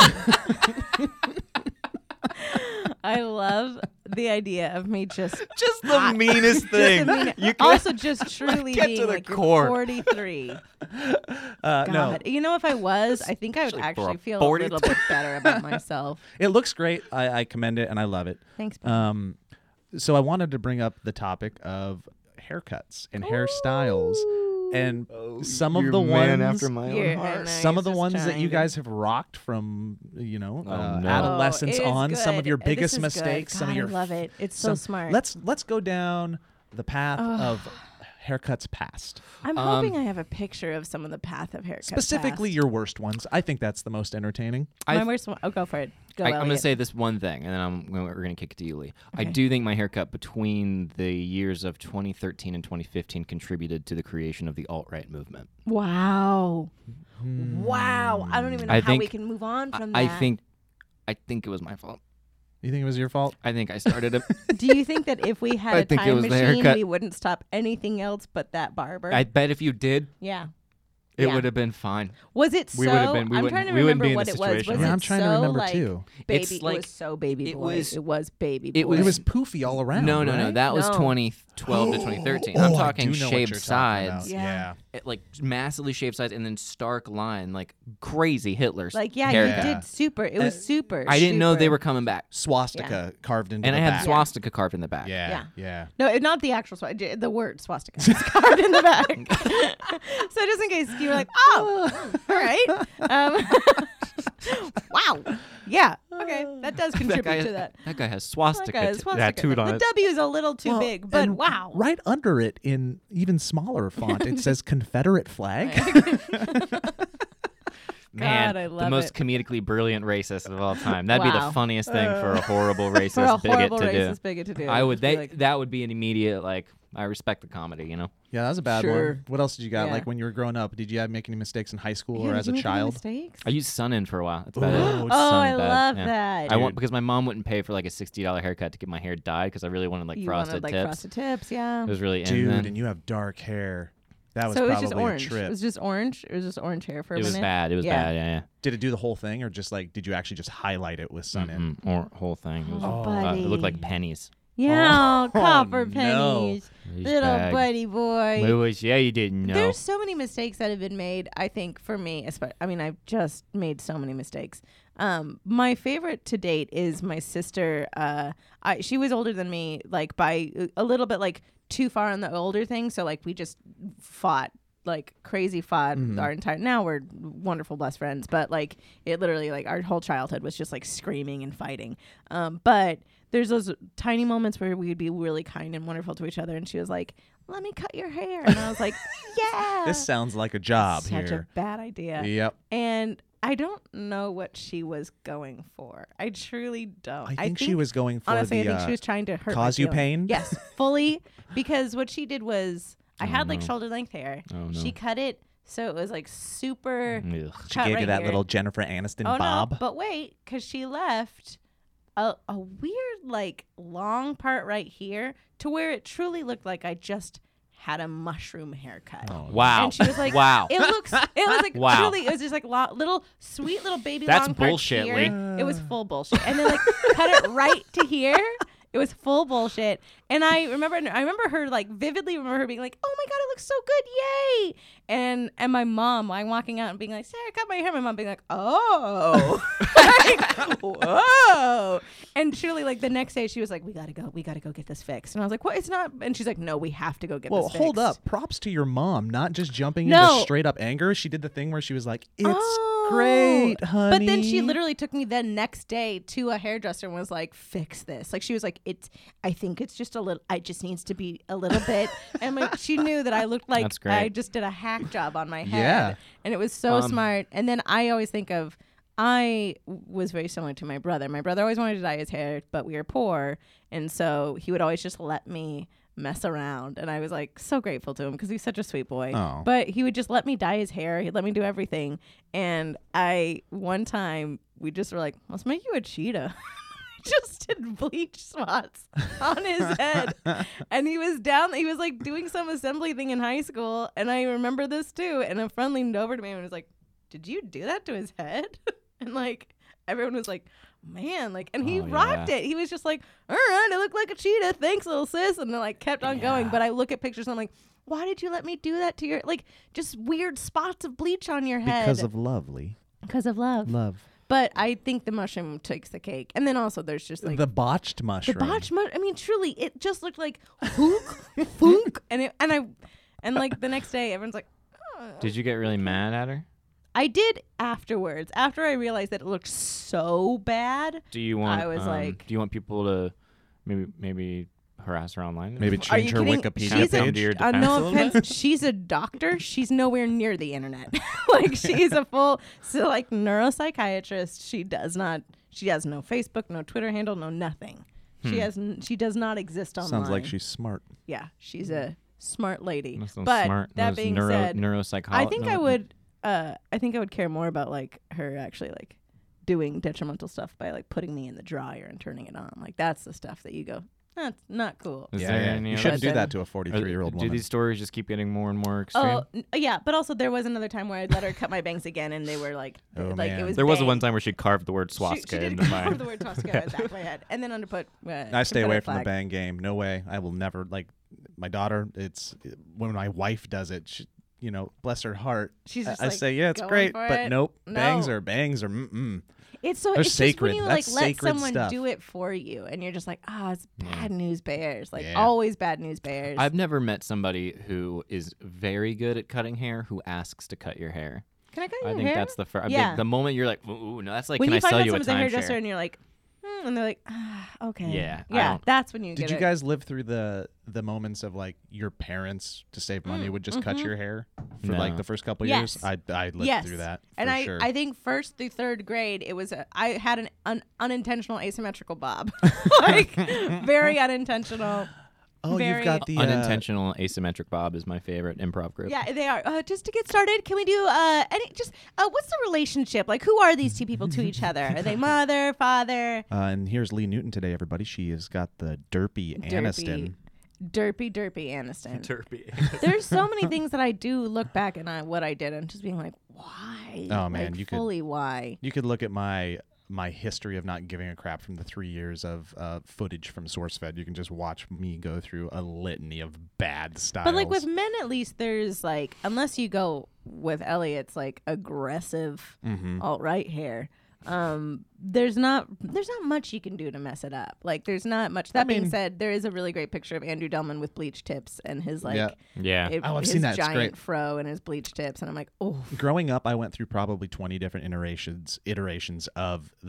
Speaker 1: I love the idea of me just
Speaker 4: Just the meanest thing.
Speaker 1: I mean, also just truly
Speaker 4: get to
Speaker 1: being
Speaker 4: the
Speaker 1: like you're
Speaker 4: core.
Speaker 1: 43.
Speaker 3: uh, no,
Speaker 1: God, you know, if I was, I think I would
Speaker 4: Especially for a
Speaker 1: actually feel a little bit better about myself.
Speaker 3: it looks great. I, I commend it, and I love it.
Speaker 1: Thanks. babe.
Speaker 3: Um, so I wanted to bring up the topic of haircuts and hairstyles, and
Speaker 4: Oh,
Speaker 3: some of the ones
Speaker 1: You're- I know,
Speaker 3: some
Speaker 1: you're
Speaker 3: of the
Speaker 1: just
Speaker 3: ones that
Speaker 1: trying
Speaker 3: you
Speaker 1: to-
Speaker 3: guys have rocked from you know
Speaker 4: Oh,
Speaker 3: uh,
Speaker 4: no.
Speaker 3: adolescence
Speaker 1: Oh, it is
Speaker 3: on some of
Speaker 1: good.
Speaker 3: your
Speaker 1: This
Speaker 3: biggest
Speaker 1: is good.
Speaker 3: mistakes some
Speaker 1: God,
Speaker 3: of your
Speaker 1: I love it. It's so
Speaker 3: some-
Speaker 1: smart.
Speaker 3: let's let's go down the path of haircuts past
Speaker 1: I'm
Speaker 4: um,
Speaker 1: hoping I have a picture of some of the path of haircuts.
Speaker 3: specifically your worst ones i think that's the most entertaining
Speaker 1: My
Speaker 4: I've-
Speaker 1: worst one. Oh, go for it. Go
Speaker 4: I, I'm gonna
Speaker 1: Elliot.
Speaker 4: say this one thing, and then I'm gonna, we're gonna kick it to you, Lee. I
Speaker 1: Okay.
Speaker 4: do think my haircut between the years of 2013 and 2015 contributed to the creation of the alt right movement.
Speaker 1: Wow.
Speaker 3: Mm.
Speaker 1: Wow. I don't even know
Speaker 4: I
Speaker 1: how we
Speaker 4: think-
Speaker 1: can move on
Speaker 4: I,
Speaker 1: from
Speaker 4: I
Speaker 1: that.
Speaker 4: think, I think it was my fault.
Speaker 3: you think it was your fault
Speaker 4: I think I started a.
Speaker 1: Do you think that if we
Speaker 4: I
Speaker 1: had a
Speaker 4: think it
Speaker 1: time
Speaker 4: was the
Speaker 1: machine,
Speaker 4: haircut.
Speaker 1: we wouldn't stop anything else but that barber?
Speaker 4: I bet if you did,
Speaker 1: yeah.
Speaker 4: it
Speaker 1: Yeah.
Speaker 4: would have been fine.
Speaker 1: Was it
Speaker 4: We
Speaker 1: so?
Speaker 4: would've been- we
Speaker 1: I'm
Speaker 4: wouldn't-
Speaker 1: trying to
Speaker 4: we wouldn't
Speaker 1: remember
Speaker 4: be in
Speaker 1: what
Speaker 4: this
Speaker 1: it was.
Speaker 4: situation
Speaker 1: Was
Speaker 4: right
Speaker 1: it
Speaker 3: Yeah, I'm trying to
Speaker 1: so,
Speaker 3: remember,
Speaker 1: like,
Speaker 3: too.
Speaker 1: Baby,
Speaker 4: It's
Speaker 1: it
Speaker 4: like-
Speaker 1: was so baby
Speaker 4: it
Speaker 1: boy.
Speaker 4: was-
Speaker 1: it was baby boy.
Speaker 4: it was-
Speaker 3: it was poofy all around
Speaker 4: no, no, no.
Speaker 3: right?
Speaker 4: That was
Speaker 1: Oh, No.
Speaker 4: 2012 to 2013.
Speaker 3: Oh,
Speaker 4: I'm
Speaker 3: I
Speaker 4: talking
Speaker 3: do know what
Speaker 4: shaved
Speaker 3: you're talking about.
Speaker 4: sides.
Speaker 1: Yeah.
Speaker 4: it, like massively shaped size and then stark line, like crazy Hitler.
Speaker 1: Like yeah,
Speaker 4: haircut.
Speaker 1: you did super. It
Speaker 3: Uh,
Speaker 1: was super.
Speaker 4: I didn't know they
Speaker 1: super.
Speaker 4: were coming back,
Speaker 3: swastika carved into
Speaker 4: and
Speaker 3: the
Speaker 4: I had
Speaker 3: back.
Speaker 4: swastika carved in the back.
Speaker 3: yeah, yeah,
Speaker 1: Yeah. No, it- not the actual swastika. The word swastika is carved in the back. so just in case you were like, oh, all right. Um, wow. Yeah. Okay. That does
Speaker 4: That
Speaker 1: contribute
Speaker 4: guy,
Speaker 1: to that. Oh
Speaker 4: that guy has
Speaker 1: That
Speaker 4: swastika,
Speaker 1: guy is
Speaker 4: t-
Speaker 1: swastika.
Speaker 4: tattooed on
Speaker 1: the
Speaker 4: it.
Speaker 1: W is a little too
Speaker 3: Well,
Speaker 1: big, but
Speaker 3: and
Speaker 1: wow.
Speaker 3: Right under it, in even smaller font, it says Confederate flag.
Speaker 4: Man,
Speaker 1: God, I
Speaker 4: the
Speaker 1: love
Speaker 4: most
Speaker 1: it.
Speaker 4: comedically brilliant racist of all time. That'd be the
Speaker 1: Wow.
Speaker 4: funniest thing for a horrible racist
Speaker 1: For a
Speaker 4: bigot
Speaker 1: horrible
Speaker 4: to
Speaker 1: racist
Speaker 4: do.
Speaker 1: bigot to do.
Speaker 4: I
Speaker 1: Just
Speaker 4: would
Speaker 1: be
Speaker 4: they,
Speaker 1: like,
Speaker 4: that would be an immediate like I respect the comedy, you know.
Speaker 3: yeah, that was a bad
Speaker 1: Sure.
Speaker 3: one. What else did you got?
Speaker 1: Yeah.
Speaker 3: Like when you were growing up, did you have make any mistakes in high school
Speaker 1: "Yeah,
Speaker 3: or
Speaker 1: did
Speaker 3: as
Speaker 1: you
Speaker 3: a
Speaker 1: make any
Speaker 3: child?
Speaker 1: mistakes?"
Speaker 4: I used Sun in for a while. That's
Speaker 3: Ooh.
Speaker 4: about it.
Speaker 3: Oh,
Speaker 1: Oh,
Speaker 4: Sun
Speaker 1: I
Speaker 4: bad.
Speaker 1: love
Speaker 4: Yeah.
Speaker 1: that.
Speaker 4: I want because my mom wouldn't pay for like a sixty dollar haircut to get my hair dyed because I really wanted like
Speaker 1: you
Speaker 4: frosted
Speaker 1: wanted like
Speaker 4: tips.
Speaker 1: frosted tips, yeah.
Speaker 4: It was really in
Speaker 3: Dude,
Speaker 4: then.
Speaker 3: and you have dark hair. That was
Speaker 1: so it was
Speaker 3: probably
Speaker 1: just
Speaker 3: a
Speaker 1: orange.
Speaker 3: trip.
Speaker 1: It was just orange. It was just orange hair for a
Speaker 4: it was
Speaker 1: minute.
Speaker 4: bad. It was
Speaker 1: Yeah.
Speaker 4: bad. Yeah, yeah.
Speaker 3: Did it do the whole thing, or just like did you actually just highlight it with sun in?
Speaker 4: Mm, or whole thing. It, was,
Speaker 1: Oh,
Speaker 4: uh, it looked like
Speaker 1: buddy.
Speaker 4: pennies.
Speaker 1: Yeah,
Speaker 3: Oh,
Speaker 1: copper
Speaker 3: no.
Speaker 1: pennies,
Speaker 4: These
Speaker 1: little
Speaker 4: bag-
Speaker 1: buddy boy.
Speaker 4: Louis, yeah, you didn't know.
Speaker 1: There's so many mistakes that have been made. I think for me, espe- I mean, I've just made so many mistakes. Um, my favorite to date is my sister. Uh, I, she was older than me, like by a little bit, like too far on the older thing. So like we just fought like crazy fought our entire now we're wonderful best friends but like it literally like our whole childhood was just like screaming and fighting um but there's those tiny moments where we would be really kind and wonderful to each other and she was like let me cut your hair and i was like yeah
Speaker 3: This sounds like a job
Speaker 1: Uh, such
Speaker 3: here.
Speaker 1: a bad idea
Speaker 3: Yep.
Speaker 1: and i don't know what she was going for i truly don't
Speaker 3: I think, she was going for
Speaker 1: honestly
Speaker 3: the
Speaker 1: i think
Speaker 3: uh,
Speaker 1: she was trying to hurt my
Speaker 3: cause you
Speaker 1: feelings.
Speaker 3: pain?
Speaker 1: yes fully because what she did was
Speaker 3: Oh,
Speaker 1: i had like shoulder length hair
Speaker 4: Oh,
Speaker 1: she cut it so it was like super
Speaker 4: Ugh.
Speaker 3: Mm-hmm. she
Speaker 1: cut
Speaker 3: gave
Speaker 1: right
Speaker 3: you that
Speaker 1: here.
Speaker 3: little Jennifer Aniston
Speaker 1: oh
Speaker 3: bob.
Speaker 1: no but wait because she left a, a weird like long part right here to where it truly looked like i just had a mushroom haircut
Speaker 4: Wow.
Speaker 1: and she was like,
Speaker 4: wow.
Speaker 1: It looks. It was like
Speaker 4: Wow.
Speaker 1: truly. It was just like lo- little sweet little baby.
Speaker 4: That's
Speaker 1: long part
Speaker 4: bullshit,
Speaker 1: here.
Speaker 4: Lee.
Speaker 1: It was full bullshit. And then like cut it right to here. It was full bullshit. And I remember. I remember her like vividly. Remember her being like, "Oh my god, it looks so good, yay!" And and my mom, I'm walking out and being like, "Sarah, cut my hair." My mom being like, "Oh, Like, whoa!" And surely like the next day, she was like, "We gotta go. We gotta go get this fixed." And I was like, "What? It's not." And she's like, "No, we have to go get
Speaker 3: Well,
Speaker 1: this."
Speaker 3: hold
Speaker 1: fixed."
Speaker 3: up. Props to your mom, not just jumping
Speaker 1: No.
Speaker 3: into straight up anger. She did the thing where she was like, "It's
Speaker 1: Oh.
Speaker 3: great, honey."
Speaker 1: But then she literally took me the next day to a hairdresser and was like, "Fix this." Like she was like, "It's. I think it's just a little. I just needs to be a little bit." and like she knew that I looked like
Speaker 4: That's great.
Speaker 1: I just did a hack job on my head.
Speaker 3: Yeah. Um,
Speaker 1: and it was so smart. And then I always think of. I was very similar to my brother. My brother always wanted to dye his hair, but we were poor, and so he would always just let me mess around. And I was like so grateful to him because he's such a sweet boy.
Speaker 3: Oh.
Speaker 1: But he would just let me dye his hair. He'd let me do everything. And I, one time, we just were like, let's make you a cheetah. just did bleach spots on his head. and he was down, he was like doing some assembly thing in high school. And I remember this too. And a friend leaned over to me and was like, did you do that to his head? and like, everyone was like, man, like, and he
Speaker 4: Oh,
Speaker 1: rocked it. He was just like, all right, I look like a cheetah. Thanks, little sis. And then like kept on going. But I look at pictures and I'm like, why did you let me do that to your like just weird spots of bleach on your head?
Speaker 3: because of lovely
Speaker 1: because of love.
Speaker 3: love.
Speaker 1: But I think the mushroom takes the cake. And then also there's just like
Speaker 3: the botched mushroom.
Speaker 1: the botch mush. I mean, truly, it just looked like hook, funk, and it, and I, and like the next day, everyone's like, "Oh."
Speaker 4: Did you get really mad at her?
Speaker 1: I did afterwards. After I realized that it looked so bad.
Speaker 4: Do you want?
Speaker 1: was
Speaker 4: um,
Speaker 1: like-
Speaker 4: do you want people to maybe maybe harass her online?
Speaker 3: Maybe
Speaker 1: Are
Speaker 3: change
Speaker 1: you
Speaker 3: her
Speaker 1: kidding?
Speaker 3: Wikipedia
Speaker 1: She's
Speaker 4: Come to your
Speaker 3: page.
Speaker 1: a, uh,
Speaker 4: defense a
Speaker 1: no
Speaker 4: little bit?
Speaker 1: offense. She's a doctor. She's nowhere near the internet. like she's a full so like neuropsychiatrist. She does not. She has no Facebook, no Twitter handle, no nothing.
Speaker 4: Hmm.
Speaker 1: She has. N- she does not exist online.
Speaker 3: Sounds like she's smart.
Speaker 1: Yeah, she's a smart lady.
Speaker 4: That's not
Speaker 1: But
Speaker 4: smart.
Speaker 1: that
Speaker 4: That's
Speaker 1: being
Speaker 4: neuro,
Speaker 1: said,
Speaker 4: neuropsycholo-
Speaker 1: I think I
Speaker 4: no-
Speaker 1: would. Uh, I think I would care more about like her actually like doing detrimental stuff by like putting me in the dryer and turning it on. Like that's the stuff that you go. That's not cool.
Speaker 4: Is there any
Speaker 3: You
Speaker 4: other-
Speaker 3: shouldn't do
Speaker 1: Listen.
Speaker 3: that to a
Speaker 4: Are-
Speaker 3: 43 year old
Speaker 4: Do
Speaker 3: woman.
Speaker 4: these stories just keep getting more and more extreme?
Speaker 1: Oh n- yeah, but also there was another time where I let her cut my bangs again, and they were like,
Speaker 3: Oh,
Speaker 1: like it
Speaker 3: man.
Speaker 1: was.
Speaker 4: there was a
Speaker 1: bang.
Speaker 4: one time where she carved the word
Speaker 1: She,
Speaker 4: swastika
Speaker 1: she did
Speaker 4: into my.
Speaker 1: carve the word swastika on the back of my head, and then under put. Uh,
Speaker 3: I stay away
Speaker 1: Confederate
Speaker 3: from the
Speaker 1: flag.
Speaker 3: bang game. No way. I will never like my daughter. It's when my wife does it. She, you know, bless her heart.
Speaker 1: She's
Speaker 3: I-
Speaker 1: just,
Speaker 3: I,
Speaker 1: like,
Speaker 3: say, yeah, it's
Speaker 1: going
Speaker 3: great,
Speaker 1: for
Speaker 3: but
Speaker 1: it.
Speaker 3: nope, bangs
Speaker 1: No.
Speaker 3: are bangs are mm-mm.
Speaker 1: It's so
Speaker 3: They're
Speaker 1: it's
Speaker 3: sacred.
Speaker 1: just when you
Speaker 3: That's
Speaker 1: like let
Speaker 3: sacred
Speaker 1: someone
Speaker 3: stuff.
Speaker 1: do it for you, and you're just like, ah, it's bad news bears. Like
Speaker 3: Yeah.
Speaker 1: always bad news bears.
Speaker 4: I've never met somebody who is very good at cutting hair who asks to cut your hair.
Speaker 1: Can I cut your
Speaker 4: I think
Speaker 1: hair?
Speaker 4: that's the first.
Speaker 1: Yeah.
Speaker 4: The moment you're like, ooh, ooh, no, that's like,
Speaker 1: when
Speaker 4: can
Speaker 1: you
Speaker 4: I
Speaker 1: find
Speaker 4: sell
Speaker 1: out
Speaker 4: you a
Speaker 1: someone's a hairdresser
Speaker 4: timeshare?
Speaker 1: and you're like, hmm, and they're like, ah, okay,
Speaker 4: Yeah, I
Speaker 1: yeah,
Speaker 4: don't-
Speaker 1: that's when you
Speaker 3: Did
Speaker 1: get
Speaker 3: you
Speaker 1: it.
Speaker 3: guys live through the the moments of like your parents to save money would just cut your hair for like
Speaker 4: No.
Speaker 3: the first couple
Speaker 1: Mm, mm-hmm. Yes.
Speaker 3: years? I I lived
Speaker 1: yes,
Speaker 3: through that.
Speaker 1: and
Speaker 3: for
Speaker 1: I
Speaker 3: sure.
Speaker 1: I think first through third grade, it was a, I had an, an unintentional asymmetrical bob, like very unintentional.
Speaker 3: oh,
Speaker 1: very-
Speaker 3: you've got the uh,
Speaker 4: Unintentional asymmetric bob is my favorite improv group.
Speaker 1: Yeah, they are. Uh, just to get started, can we do uh, any? Just uh, what's the relationship like? Who are these two people to each other? Are they mother, father?
Speaker 3: Uh, and here's Lee Newton today, everybody. She has got the derpy, Aniston.
Speaker 1: Derpy, derpy Aniston. There's so many things that I do look back and I, what I did and just being like, why?
Speaker 3: Oh, man,
Speaker 1: Like,
Speaker 3: you could-
Speaker 1: fully why?
Speaker 3: You could look at my my history of not giving a crap from the three years of uh, footage from SourceFed. You can just watch me go through a litany of bad styles.
Speaker 1: But like with men, at least there's like, unless you go with Elliot's like aggressive
Speaker 3: Mm-hmm.
Speaker 1: alt right hair. Um, there's not there's not much you can do to mess it up. Like there's not much. That being said, there is a really great picture of Andrew Delman with bleach tips and his like
Speaker 3: Yeah.
Speaker 4: Yeah.
Speaker 1: it-
Speaker 3: Oh, I've
Speaker 1: his
Speaker 3: seen that. It's
Speaker 1: giant
Speaker 3: great.
Speaker 1: fro and his bleach tips, and I'm like, oh,
Speaker 3: growing up, I went through probably twenty different iterations iterations of.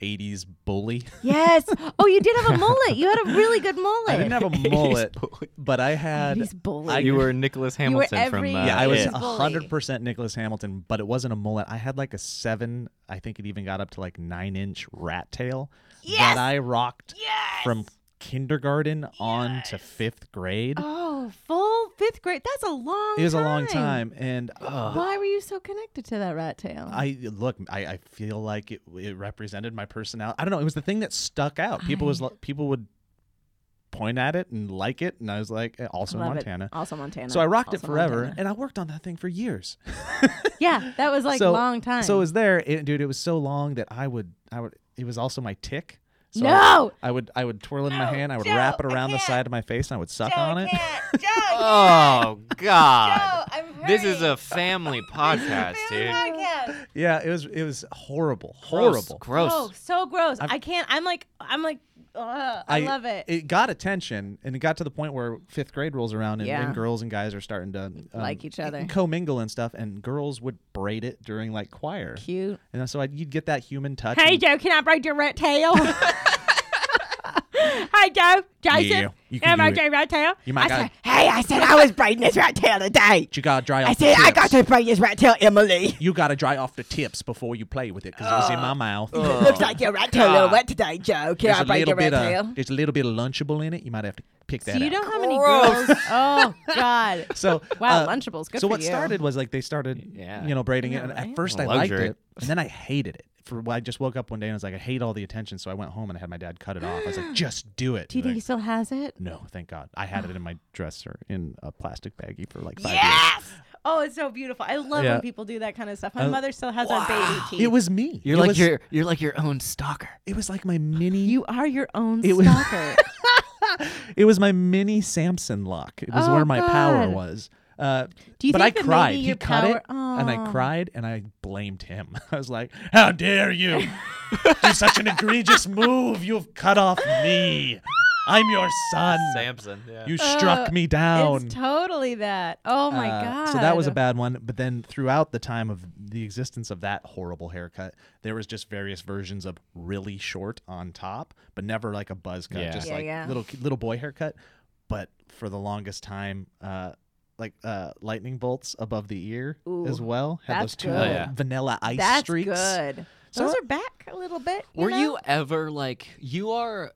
Speaker 3: 80s bully.
Speaker 1: yes. Oh, you did have a mullet. You had a really good mullet.
Speaker 3: I didn't have a mullet, but I had
Speaker 1: He's bully.
Speaker 4: you were Nicholas Hamilton
Speaker 1: every-
Speaker 4: from. Uh,
Speaker 3: Yeah, I was
Speaker 1: It.
Speaker 3: a
Speaker 1: Bully.
Speaker 3: hundred percent Nicholas Hamilton, but it wasn't a mullet. I had like a seven. I think it even got up to like nine inch rat tail
Speaker 1: Yes!
Speaker 3: that I rocked from kindergarten on to fifth grade.
Speaker 1: oh, full fifth grade. That's a long.
Speaker 3: it was a long time, and uh,
Speaker 1: Why were you so connected to that rat tail?
Speaker 3: I look. I, I feel like it, it represented my personality. I don't know. It was the thing that stuck out. People was li- people would point at it and like it, and I was like, eh, also
Speaker 1: Love it.
Speaker 3: Montana.
Speaker 1: Also Montana.
Speaker 3: So I rocked it
Speaker 1: Also
Speaker 3: forever,
Speaker 1: Montana.
Speaker 3: and I worked on that thing for years.
Speaker 1: Yeah, that was like a
Speaker 3: so,
Speaker 1: long time.
Speaker 3: So it was there, it, dude. It was so long that I would, I would. It was also my tick. So
Speaker 1: No!
Speaker 3: I, I would, I would twirl it in my
Speaker 1: No,
Speaker 3: hand. I would
Speaker 1: Joe,
Speaker 3: wrap it
Speaker 1: I
Speaker 3: around the
Speaker 1: can't.
Speaker 3: side of my face, and I would suck on it.
Speaker 4: Oh God.
Speaker 1: I'm
Speaker 4: This is a family podcast, dude.
Speaker 3: Yeah, it was, it was horrible,
Speaker 4: Gross,
Speaker 3: horrible.
Speaker 4: Gross.
Speaker 1: Oh, so gross. I can't. I'm like. I'm like. Ugh, I, love it.
Speaker 3: It got attention, and it got to the point where fifth grade rolls around, and,
Speaker 1: Yeah.
Speaker 3: and girls and guys are starting to um,
Speaker 1: Like each other.
Speaker 3: commingle and stuff. And girls would braid it during like choir,
Speaker 1: Cute.
Speaker 3: and so I'd, you'd get that human touch.
Speaker 1: Hey
Speaker 3: and-
Speaker 1: Joe, can I braid your rat tail? Hey Joe, Jason,
Speaker 3: you
Speaker 1: can
Speaker 3: can
Speaker 1: I
Speaker 3: do
Speaker 1: braid
Speaker 3: it.
Speaker 1: your rat tail?
Speaker 3: You might
Speaker 6: I
Speaker 3: gotta,
Speaker 6: said, hey, I said I was braiding this rat tail today.
Speaker 3: you gotta dry off.
Speaker 6: I
Speaker 3: the
Speaker 6: said, I
Speaker 3: tips.
Speaker 6: got to braid this rat tail, Emily.
Speaker 3: You gotta dry off the tips before you play with it because it was in my mouth.
Speaker 6: Looks like your rat tail a little wet today, Joe. Can
Speaker 3: There's
Speaker 6: I
Speaker 3: a
Speaker 6: braid
Speaker 3: little
Speaker 6: your rat
Speaker 3: bit
Speaker 6: tail?
Speaker 3: of there's a little bit of lunchable in it. You might have to pick that
Speaker 1: Do you
Speaker 3: out.
Speaker 1: know how many girls? Oh God.
Speaker 3: So
Speaker 1: Wow,
Speaker 3: uh,
Speaker 1: Lunchables. Good
Speaker 3: so
Speaker 1: for
Speaker 3: what
Speaker 1: you.
Speaker 3: started was like they started,
Speaker 4: Yeah.
Speaker 3: you know, braiding it. And at first I liked
Speaker 4: Luxury.
Speaker 3: it, and then I hated it. For well, I just woke up one day and I was like, I hate all the attention. So I went home and I had my dad cut it off. I was like, just do it.
Speaker 1: Do you
Speaker 3: He's
Speaker 1: think he
Speaker 3: like,
Speaker 1: still has it?
Speaker 3: no, thank God. I had it in my dresser in a plastic baggie for like five
Speaker 1: Yes. Oh, it's so beautiful. I love
Speaker 3: Yeah.
Speaker 1: when people do that kind of stuff. My mother still has our baby teeth.
Speaker 3: years. It was me.
Speaker 4: You're
Speaker 3: it
Speaker 4: like
Speaker 3: was,
Speaker 4: your you're like your own stalker.
Speaker 3: It was like my mini.
Speaker 1: you are your own
Speaker 3: It was-
Speaker 1: stalker.
Speaker 3: It was my mini Samson lock. It was
Speaker 1: Oh,
Speaker 3: where my power
Speaker 1: God.
Speaker 3: was. Uh,
Speaker 1: Do you
Speaker 3: but
Speaker 1: think
Speaker 3: I
Speaker 1: that
Speaker 3: cried.
Speaker 1: maybe
Speaker 3: He
Speaker 1: your
Speaker 3: cut it,
Speaker 1: power- Oh.
Speaker 3: and
Speaker 1: Aw.
Speaker 3: I cried, and I blamed him. I was like, "How dare you do such an egregious move? You've cut off me. I'm your son.
Speaker 4: Samson. Yeah.
Speaker 3: You struck me down."
Speaker 1: Uh, it's totally that. Oh my
Speaker 3: Uh,
Speaker 1: God.
Speaker 3: So that was a bad one. But then throughout the time of the existence of that horrible haircut, there was just various versions of really short on top, but never like a buzz cut,
Speaker 4: Yeah.
Speaker 3: just
Speaker 1: Yeah,
Speaker 3: like
Speaker 1: yeah.
Speaker 3: little little boy haircut. But for the longest time, uh, like uh, lightning bolts above the ear as
Speaker 1: Ooh,
Speaker 3: well had
Speaker 1: that's
Speaker 3: those two
Speaker 1: good.
Speaker 3: little
Speaker 4: Oh, yeah.
Speaker 3: vanilla ice
Speaker 1: That's
Speaker 3: streaks.
Speaker 1: good.
Speaker 3: So
Speaker 1: Those
Speaker 3: I-
Speaker 1: are back a little bit.
Speaker 4: Were
Speaker 1: know?
Speaker 4: you ever like you are?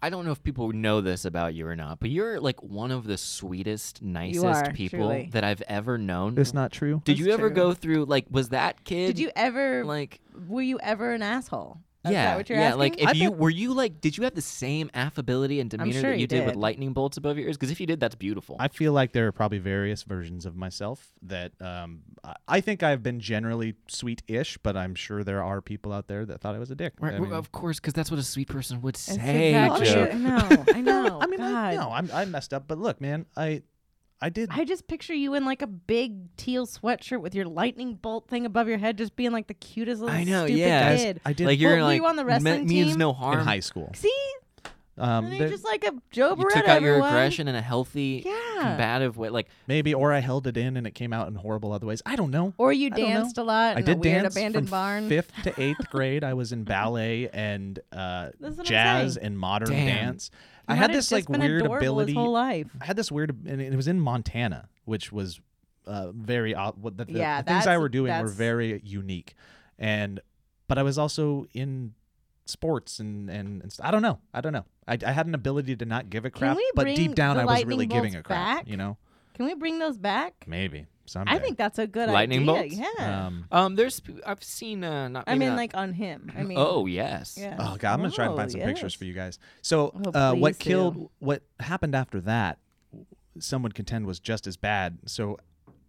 Speaker 4: I don't know if people know this about you or not, but you're like one of the sweetest, nicest
Speaker 1: are,
Speaker 4: people
Speaker 1: truly.
Speaker 4: that I've ever known.
Speaker 3: It's not true.
Speaker 4: Did you
Speaker 1: That's
Speaker 4: ever
Speaker 1: true.
Speaker 4: go through like was that kid?
Speaker 1: Did you ever?
Speaker 4: like?
Speaker 1: were you ever an asshole? Is
Speaker 4: yeah,
Speaker 1: that what you're
Speaker 4: yeah.
Speaker 1: asking?
Speaker 4: Like, if
Speaker 3: I
Speaker 4: you
Speaker 3: bet-
Speaker 4: were you like, did you have the same affability and demeanor
Speaker 1: sure
Speaker 4: that
Speaker 1: you
Speaker 4: you did. with
Speaker 1: did.
Speaker 4: lightning bolts above your ears? Because if you did, that's beautiful.
Speaker 3: I feel like there are probably various versions of myself that um, I- I think I've been generally sweet-ish, but I'm sure there are people out there that thought I was a dick.
Speaker 4: Right,
Speaker 3: I
Speaker 4: w-
Speaker 3: mean-
Speaker 4: of course, because that's what a sweet person would
Speaker 1: That's
Speaker 4: say.
Speaker 1: exactly
Speaker 4: Joe.
Speaker 1: it. I know. I know.
Speaker 3: I mean, I,
Speaker 1: Oh, God.
Speaker 3: no, I'm, I messed up. But look, man, I I did.
Speaker 1: I just picture you in like a big teal sweatshirt with your lightning bolt thing above your head, just being like the cutest little
Speaker 4: I know,
Speaker 1: stupid
Speaker 4: yeah.
Speaker 1: kid.
Speaker 3: I did.
Speaker 4: Like
Speaker 1: Well,
Speaker 4: you're
Speaker 1: were
Speaker 4: like
Speaker 1: you on the
Speaker 4: me-
Speaker 1: wrestling
Speaker 4: means
Speaker 1: team?
Speaker 4: no
Speaker 3: in
Speaker 4: harm.
Speaker 3: high school.
Speaker 1: See,
Speaker 3: Um,
Speaker 1: And
Speaker 3: there-
Speaker 1: you're just like a Joe
Speaker 4: You
Speaker 1: Beretta.
Speaker 4: took out your
Speaker 1: everyone.
Speaker 4: aggression in a healthy,
Speaker 1: Yeah.
Speaker 4: combative way. Like
Speaker 3: maybe, or I held it in and it came out in horrible other ways. I don't know.
Speaker 1: Or you
Speaker 3: I don't know.
Speaker 1: danced a lot in
Speaker 3: I did
Speaker 1: a weird
Speaker 3: dance
Speaker 1: abandoned
Speaker 3: from
Speaker 1: barn.
Speaker 3: fifth to eighth grade. I was in ballet and uh,
Speaker 1: That's what I'm
Speaker 3: jazz
Speaker 1: saying.
Speaker 3: and modern
Speaker 4: Damn.
Speaker 3: dance. I
Speaker 1: You
Speaker 3: had
Speaker 1: might've
Speaker 3: this like
Speaker 1: just been
Speaker 3: weird
Speaker 1: adorable
Speaker 3: ability.
Speaker 1: His whole life.
Speaker 3: I had this weird, and it was in Montana, which was uh, very odd. What the, the-
Speaker 1: Yeah,
Speaker 3: the things I
Speaker 1: that's-
Speaker 3: were doing were
Speaker 1: that's-
Speaker 3: very unique, and but I was also in sports and and, and st- I don't know, I don't know. I, I had an ability to not give a crap,
Speaker 1: we
Speaker 3: but
Speaker 1: bring
Speaker 3: deep down
Speaker 1: the
Speaker 3: I was
Speaker 1: lightning
Speaker 3: really giving
Speaker 1: bolts
Speaker 3: a crap.
Speaker 1: back?
Speaker 3: You know,
Speaker 1: Can we bring those back?
Speaker 3: maybe someday.
Speaker 1: I think that's a good
Speaker 4: Lightning
Speaker 1: idea.
Speaker 4: bolts?
Speaker 1: Yeah.
Speaker 3: Um,
Speaker 4: um, there's I've seen uh, not.
Speaker 1: I
Speaker 4: maybe
Speaker 1: mean,
Speaker 4: not-
Speaker 1: like on him. I mean,
Speaker 4: oh yes.
Speaker 1: yeah.
Speaker 3: Oh god, I'm gonna try and find some pictures for you guys. So,
Speaker 1: Oh,
Speaker 3: uh, what
Speaker 1: please do.
Speaker 3: killed, what happened after that, some would contend was just as bad. So,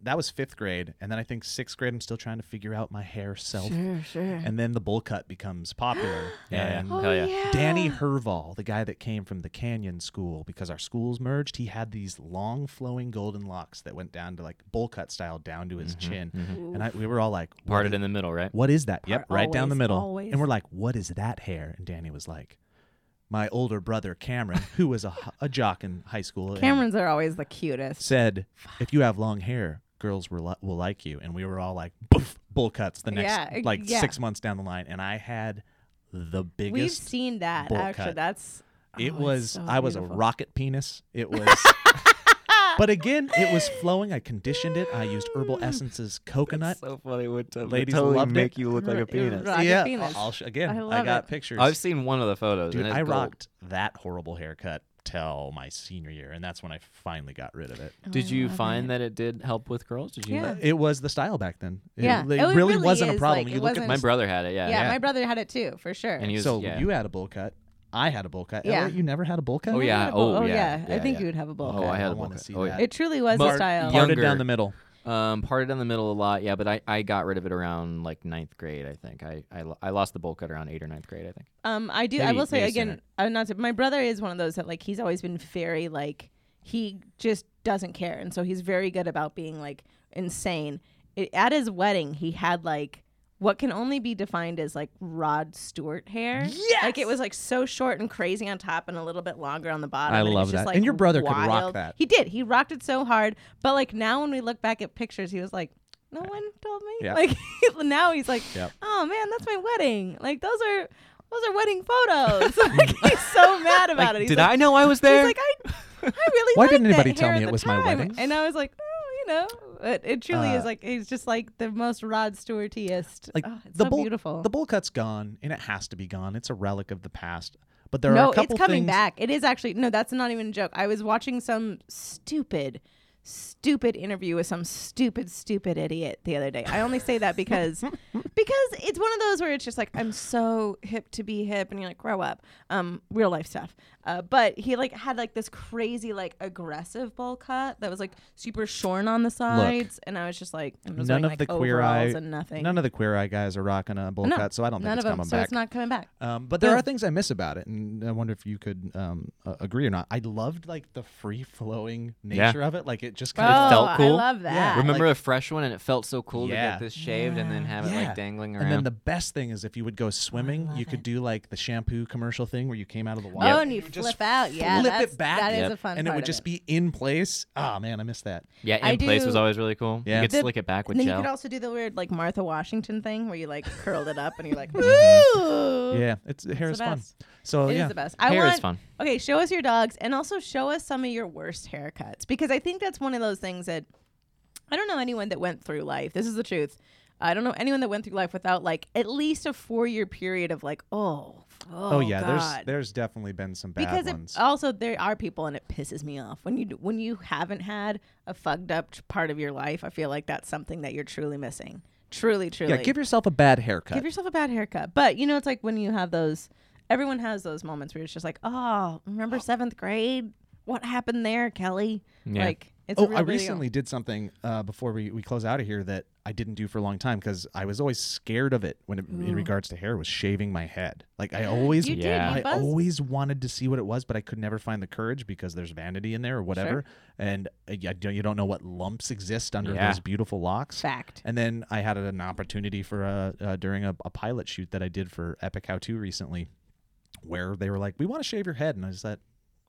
Speaker 3: that was fifth grade, and then I think sixth grade. I'm still trying to figure out my hair self,
Speaker 1: Sure, sure.
Speaker 3: and then the bowl cut becomes popular.
Speaker 4: Yeah,
Speaker 3: and
Speaker 4: yeah.
Speaker 1: Oh,
Speaker 4: Hell yeah.
Speaker 3: Danny Herval, the guy that came from the Canyon School, because our schools merged, he had these long flowing golden locks that went down to like bowl cut style down to his chin, and I, we were all like, what
Speaker 4: Mm-hmm, Parted
Speaker 3: is-
Speaker 4: in the middle, right?
Speaker 3: what is that? Yep,
Speaker 1: Part
Speaker 3: right down the
Speaker 1: always,
Speaker 3: middle.
Speaker 1: always.
Speaker 3: And we're like, what is that hair? And Danny was like, my older brother Cameron, who was a, h- a jock in high school, and
Speaker 1: Camerons are always the cutest.
Speaker 3: said, if you have long hair, girls will, li- will like you. And we were all like, Boof, bull cuts the next
Speaker 1: Yeah, e-
Speaker 3: like
Speaker 1: yeah.
Speaker 3: six months down the line. And I had the biggest.
Speaker 1: We've seen that
Speaker 3: bowl
Speaker 1: actually.
Speaker 3: cut.
Speaker 1: That's
Speaker 3: It
Speaker 1: oh, it's
Speaker 3: was
Speaker 1: so
Speaker 3: I was a
Speaker 1: beautiful.
Speaker 3: rocket penis. It was But again, it was flowing. I conditioned it. I used herbal essences, coconut.
Speaker 4: so funny. Would to
Speaker 3: Ladies totally loved it. make
Speaker 4: you look
Speaker 1: like a penis. Rocket
Speaker 3: yeah,
Speaker 1: penis.
Speaker 3: I'll sh- again,
Speaker 1: I
Speaker 3: I,
Speaker 1: love
Speaker 3: got
Speaker 1: it.
Speaker 3: pictures.
Speaker 4: I've seen one of the photos.
Speaker 3: Dude,
Speaker 4: and it's
Speaker 3: I
Speaker 4: gold.
Speaker 3: rocked that horrible haircut till my senior year, and that's when I finally got rid of it.
Speaker 1: Oh,
Speaker 4: Did you find that it did help with girls? Did you?
Speaker 1: Yeah.
Speaker 3: It was the style back then. It,
Speaker 1: Yeah.
Speaker 3: it
Speaker 1: Oh, it
Speaker 3: really
Speaker 1: really
Speaker 3: wasn't a
Speaker 1: is,
Speaker 3: problem.
Speaker 1: like,
Speaker 3: you
Speaker 1: it
Speaker 3: look at
Speaker 1: wasn't-
Speaker 4: My brother had it. Yeah.
Speaker 1: Yeah,
Speaker 3: Yeah.
Speaker 1: my brother had it too, for sure.
Speaker 4: And he was
Speaker 3: so
Speaker 4: yeah.
Speaker 3: you had a bowl cut. I had a bowl cut.
Speaker 1: Yeah.
Speaker 3: Elliot, you never had a bowl cut.
Speaker 4: Oh, yeah.
Speaker 1: Had a bowl-
Speaker 4: Oh,
Speaker 1: oh
Speaker 4: yeah.
Speaker 1: yeah. I
Speaker 4: Yeah,
Speaker 1: think
Speaker 4: yeah.
Speaker 1: you would have a bowl
Speaker 4: Oh,
Speaker 1: cut.
Speaker 4: I had a bowl
Speaker 3: wanna
Speaker 4: cut.
Speaker 3: see
Speaker 4: Oh, yeah.
Speaker 3: that.
Speaker 1: It truly was a
Speaker 4: But-
Speaker 1: style.
Speaker 4: Yeah.
Speaker 3: Parted
Speaker 4: Younger.
Speaker 3: down the middle.
Speaker 4: Um, parted down the middle a lot, yeah. But I, I got rid of it around like ninth grade, I think. I, I, lo- I lost the bowl cut around eighth or ninth grade, I think.
Speaker 1: Um, I do. I
Speaker 3: Maybe-
Speaker 1: will say
Speaker 3: maybe
Speaker 1: again,
Speaker 3: sooner.
Speaker 1: uh, not to, my brother is one of those that like he's always been very like he just doesn't care, and so he's very good about being like insane. It, at his wedding, he had like what can only be defined as like Rod Stewart hair. Yes, like it was like so short and crazy on top and a little bit longer on the bottom.
Speaker 3: I
Speaker 1: and it was
Speaker 3: love
Speaker 1: just,
Speaker 3: that.
Speaker 1: like,
Speaker 3: And your brother could rock
Speaker 1: wild.
Speaker 3: that.
Speaker 1: He did. He rocked it so hard. But like now, when we look back at pictures, he was like. No one told me.
Speaker 3: Yeah.
Speaker 1: Like now he's like,
Speaker 3: Yep.
Speaker 1: oh man, that's my wedding. Like those are those are wedding photos. like he's so mad about it. He's
Speaker 4: Did
Speaker 1: like,
Speaker 4: I know I was
Speaker 1: He's
Speaker 4: there?
Speaker 1: like, I, I really.
Speaker 3: Why
Speaker 1: liked
Speaker 3: didn't anybody
Speaker 1: that
Speaker 3: tell
Speaker 1: hair at
Speaker 3: me it
Speaker 1: the
Speaker 3: was my
Speaker 1: time."
Speaker 3: wedding?
Speaker 1: And I was like, oh, you know, it, it truly
Speaker 3: Uh,
Speaker 1: is like he's just like the most Rod Stewartiest.
Speaker 3: Like
Speaker 1: oh, it's
Speaker 3: the
Speaker 1: so
Speaker 3: bowl,
Speaker 1: beautiful.
Speaker 3: the bowl cut's gone, and it has to be gone. It's a relic of the past. But there
Speaker 1: no,
Speaker 3: are a couple
Speaker 1: it's coming
Speaker 3: things.
Speaker 1: back. It is actually no, that's not even a joke. I was watching some stupid, stupid interview with some stupid, stupid idiot the other day. I only say that because because it's one of those where it's just like I'm so hip to be hip, and you're like grow up, um, real life stuff. Uh, but he like had like this crazy like aggressive bowl cut that was like super shorn on the sides, and I was just like I was
Speaker 3: None
Speaker 1: wearing,
Speaker 3: of
Speaker 1: like,
Speaker 3: the queer eye,
Speaker 1: overalls and nothing.
Speaker 3: none of the queer eye guys are rocking a bowl
Speaker 1: No,
Speaker 3: cut, so I don't think
Speaker 1: none
Speaker 3: it's
Speaker 1: of them.
Speaker 3: coming
Speaker 1: so
Speaker 3: back.
Speaker 1: it's not coming back.
Speaker 3: Um, but there
Speaker 1: Yeah.
Speaker 3: are things I miss about it, and I wonder if you could um, uh, agree or not. I loved like the free flowing nature of it. Like it just kind
Speaker 1: oh,
Speaker 3: of
Speaker 4: felt cool.
Speaker 1: I love that.
Speaker 4: Remember a fresh one and it felt so cool to
Speaker 3: Yeah.
Speaker 4: get this shaved and then have it
Speaker 3: Yeah.
Speaker 4: like dangling around.
Speaker 3: And then the best thing is if you would
Speaker 1: Oh,
Speaker 3: go swimming, you could do like the shampoo commercial thing where you came out of the water.
Speaker 1: Oh, and you
Speaker 3: would just
Speaker 1: flip out. Yeah,
Speaker 3: flip
Speaker 1: that's-
Speaker 3: it back.
Speaker 1: that is Yep. a fun
Speaker 3: And it
Speaker 1: part
Speaker 3: would
Speaker 1: of
Speaker 3: just
Speaker 1: it.
Speaker 3: be in place. Oh man, I missed that.
Speaker 4: yeah, in
Speaker 1: I
Speaker 4: place was
Speaker 1: do-
Speaker 4: always really cool.
Speaker 3: Yeah.
Speaker 4: You could
Speaker 1: The-
Speaker 4: slick it back with
Speaker 1: And then
Speaker 4: gel.
Speaker 1: you could also do the weird like Martha Washington thing where you like curled it up and you're like, ooh.
Speaker 3: Mm-hmm. Yeah, it's hair
Speaker 1: It's
Speaker 3: is
Speaker 1: the
Speaker 3: fun.
Speaker 1: best.
Speaker 3: So
Speaker 1: It is
Speaker 3: yeah,
Speaker 1: the best. I
Speaker 4: Hair is
Speaker 1: want,
Speaker 4: fun.
Speaker 1: Okay, show us your dogs and also show us some of your worst haircuts because I think that's one of those things that I don't know anyone that went through life. This is the truth. I don't know anyone that went through life without like at least a four year period of like, oh, oh,
Speaker 3: oh yeah,
Speaker 1: God.
Speaker 3: there's there's definitely been some bad
Speaker 1: because
Speaker 3: ones.
Speaker 1: it, Oh, also there are people and it pisses me off when you d- when you haven't had a fucked up t- part of your life i feel like that's something that you're truly missing truly truly
Speaker 3: yeah, give yourself a bad haircut.
Speaker 1: Give yourself a bad haircut but you know it's like when you have those everyone has those
Speaker 4: Oh.
Speaker 1: moments where it's just like oh remember seventh grade what happened there kelly
Speaker 4: Yeah.
Speaker 1: like It's a
Speaker 3: Oh,
Speaker 1: real
Speaker 3: I
Speaker 1: video.
Speaker 3: recently did something uh, before we, we close out of here that I didn't do for a long time because I was always scared of it when it, in regards to hair was shaving my head. Like I always,
Speaker 1: Mm. You did,
Speaker 4: Yeah.
Speaker 1: you
Speaker 3: I
Speaker 1: buzzed.
Speaker 3: always wanted to see what it was, but I could never find the courage because there's vanity in there or whatever, and uh, you don't- you don't know what lumps exist under
Speaker 4: Yeah.
Speaker 3: those beautiful locks.
Speaker 1: fact.
Speaker 3: And then I had an opportunity for a, uh, during a, a pilot shoot that I did for Epic How To recently, where they were like, "We want to shave your head," and I was like,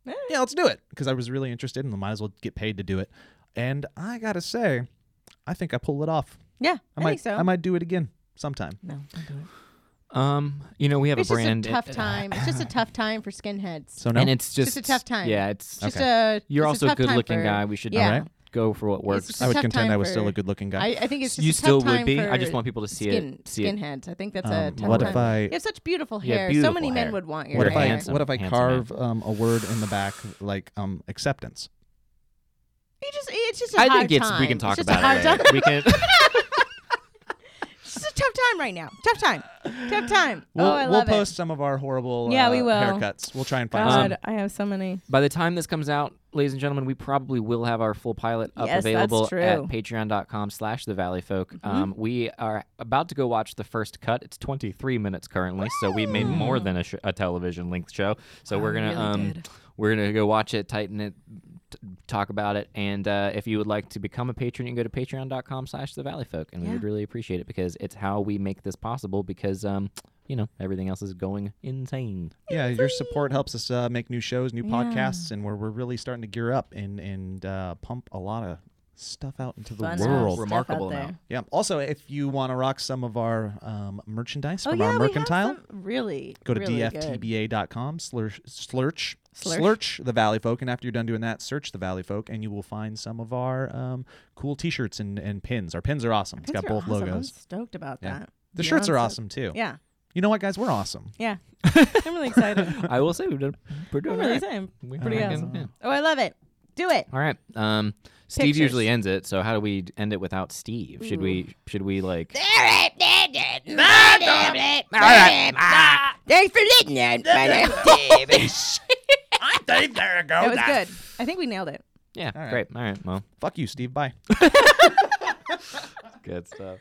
Speaker 1: Eh.
Speaker 3: "Yeah, let's do it," because I was really interested and might as well get paid to do it. And I gotta say, I think I pull it off.
Speaker 1: Yeah,
Speaker 3: I,
Speaker 1: I,
Speaker 3: might,
Speaker 1: think so.
Speaker 3: I might do it again sometime.
Speaker 1: no, don't do it.
Speaker 4: Um, you know, we have
Speaker 1: It's
Speaker 4: a brand.
Speaker 1: just a tough time. It's just a tough time for skinheads.
Speaker 3: So no,
Speaker 4: And it's just,
Speaker 1: Just a tough time.
Speaker 4: Yeah,
Speaker 1: It's
Speaker 4: it's
Speaker 1: just a.
Speaker 4: You're
Speaker 1: it's
Speaker 4: also
Speaker 1: a
Speaker 4: a
Speaker 1: tough time
Speaker 4: good-looking
Speaker 1: for-
Speaker 4: guy. We should
Speaker 1: yeah.
Speaker 3: Alright.
Speaker 4: go for what works.
Speaker 1: just
Speaker 3: I would
Speaker 1: tough
Speaker 3: contend
Speaker 1: time
Speaker 3: I was still
Speaker 1: for-
Speaker 3: a good-looking guy.
Speaker 1: I, I think it's just
Speaker 4: you
Speaker 1: a tough
Speaker 4: still would
Speaker 1: time
Speaker 4: be.
Speaker 1: For
Speaker 4: I just want people to see
Speaker 1: skin,
Speaker 4: it. See it.
Speaker 1: skinheads. I think that's a
Speaker 3: Um,
Speaker 1: tough
Speaker 3: what
Speaker 1: time.
Speaker 3: if I-
Speaker 1: You have such beautiful
Speaker 4: Yeah,
Speaker 1: hair. so
Speaker 4: beautiful
Speaker 1: many
Speaker 4: hair.
Speaker 1: men would want your
Speaker 3: what if
Speaker 1: hair.
Speaker 3: I
Speaker 4: Handsome-
Speaker 3: what if I
Speaker 4: handsome
Speaker 3: carve um, a word in the back like um, acceptance?
Speaker 1: Oh, You just, it's just a
Speaker 4: I
Speaker 1: hard
Speaker 4: think it's. We
Speaker 1: time.
Speaker 4: can talk
Speaker 1: just a
Speaker 4: about
Speaker 1: hard
Speaker 4: it.
Speaker 1: time.
Speaker 4: later. We can.
Speaker 1: It's just a tough time right now. Tough time. Tough time.
Speaker 3: We'll,
Speaker 1: oh, I
Speaker 3: we'll
Speaker 1: love
Speaker 3: post some of our horrible
Speaker 1: Yeah,
Speaker 3: uh,
Speaker 1: we will.
Speaker 3: haircuts. We'll try and
Speaker 1: it.
Speaker 3: find
Speaker 1: God,
Speaker 3: some.
Speaker 1: I have so many.
Speaker 4: By the time this comes out, ladies and gentlemen, we probably will have our full pilot up
Speaker 1: Yes, that's
Speaker 4: available at
Speaker 1: true. Mm-hmm.
Speaker 4: patreon.com slash the valley folk. Um, we are about to go watch the first cut. It's 23 minutes currently, so we made more than a, sh- a television length show. So we're going to um, we're going to go watch it, tighten it, t- talk about it. And uh, if you would like to become a patron, you can go to patreon.com slash the valley folk. And we would really appreciate it because it's how we make this possible because, um, you know, everything else is going insane.
Speaker 3: Yeah, your support helps us uh, make new shows, new podcasts, and we're, we're really starting to gear up and and uh, pump a lot of stuff out into the
Speaker 1: Fun
Speaker 3: world.
Speaker 1: stuff
Speaker 4: remarkable
Speaker 1: out there.
Speaker 4: amount.
Speaker 3: Yeah. Also, if you want to rock some of our um, merchandise
Speaker 1: Oh
Speaker 3: from
Speaker 1: yeah,
Speaker 3: our
Speaker 1: we
Speaker 3: mercantile,
Speaker 1: have some really.
Speaker 3: go to
Speaker 1: really good.
Speaker 3: dftba.com slurch, slurch
Speaker 1: Slurch.
Speaker 3: slurch the Valley Folk, and after you're done doing that, search the Valley Folk, and you will find some of our um, cool T-shirts and, and pins. Our pins are awesome. it's
Speaker 1: Pins
Speaker 3: got
Speaker 1: are
Speaker 3: both
Speaker 1: awesome. I'm
Speaker 3: logos.
Speaker 1: stoked about
Speaker 3: Yeah.
Speaker 1: that.
Speaker 3: The
Speaker 1: Yeah,
Speaker 3: shirts are
Speaker 1: so-
Speaker 3: awesome too.
Speaker 1: Yeah,
Speaker 3: You know what, guys? We're awesome.
Speaker 1: yeah. I'm really excited.
Speaker 4: I will say we've done, we're doing
Speaker 1: I'm
Speaker 4: all
Speaker 1: really
Speaker 4: right.
Speaker 1: excited.
Speaker 4: We
Speaker 1: Pretty
Speaker 4: reckon,
Speaker 1: awesome.
Speaker 4: yeah.
Speaker 1: Oh, I love it. Do it.
Speaker 4: All right. Um, Steve
Speaker 1: Pictures.
Speaker 4: usually ends it, so how do we end it without Steve? Should we? Should we like?
Speaker 6: Thanks for listening. My name's Dave.
Speaker 2: I think there you go.
Speaker 1: That
Speaker 3: Oh,
Speaker 1: was good. I think we nailed it.
Speaker 4: Yeah.
Speaker 3: right.
Speaker 4: Great. All right. Well,
Speaker 3: Fuck you, Steve. Bye.
Speaker 4: good stuff.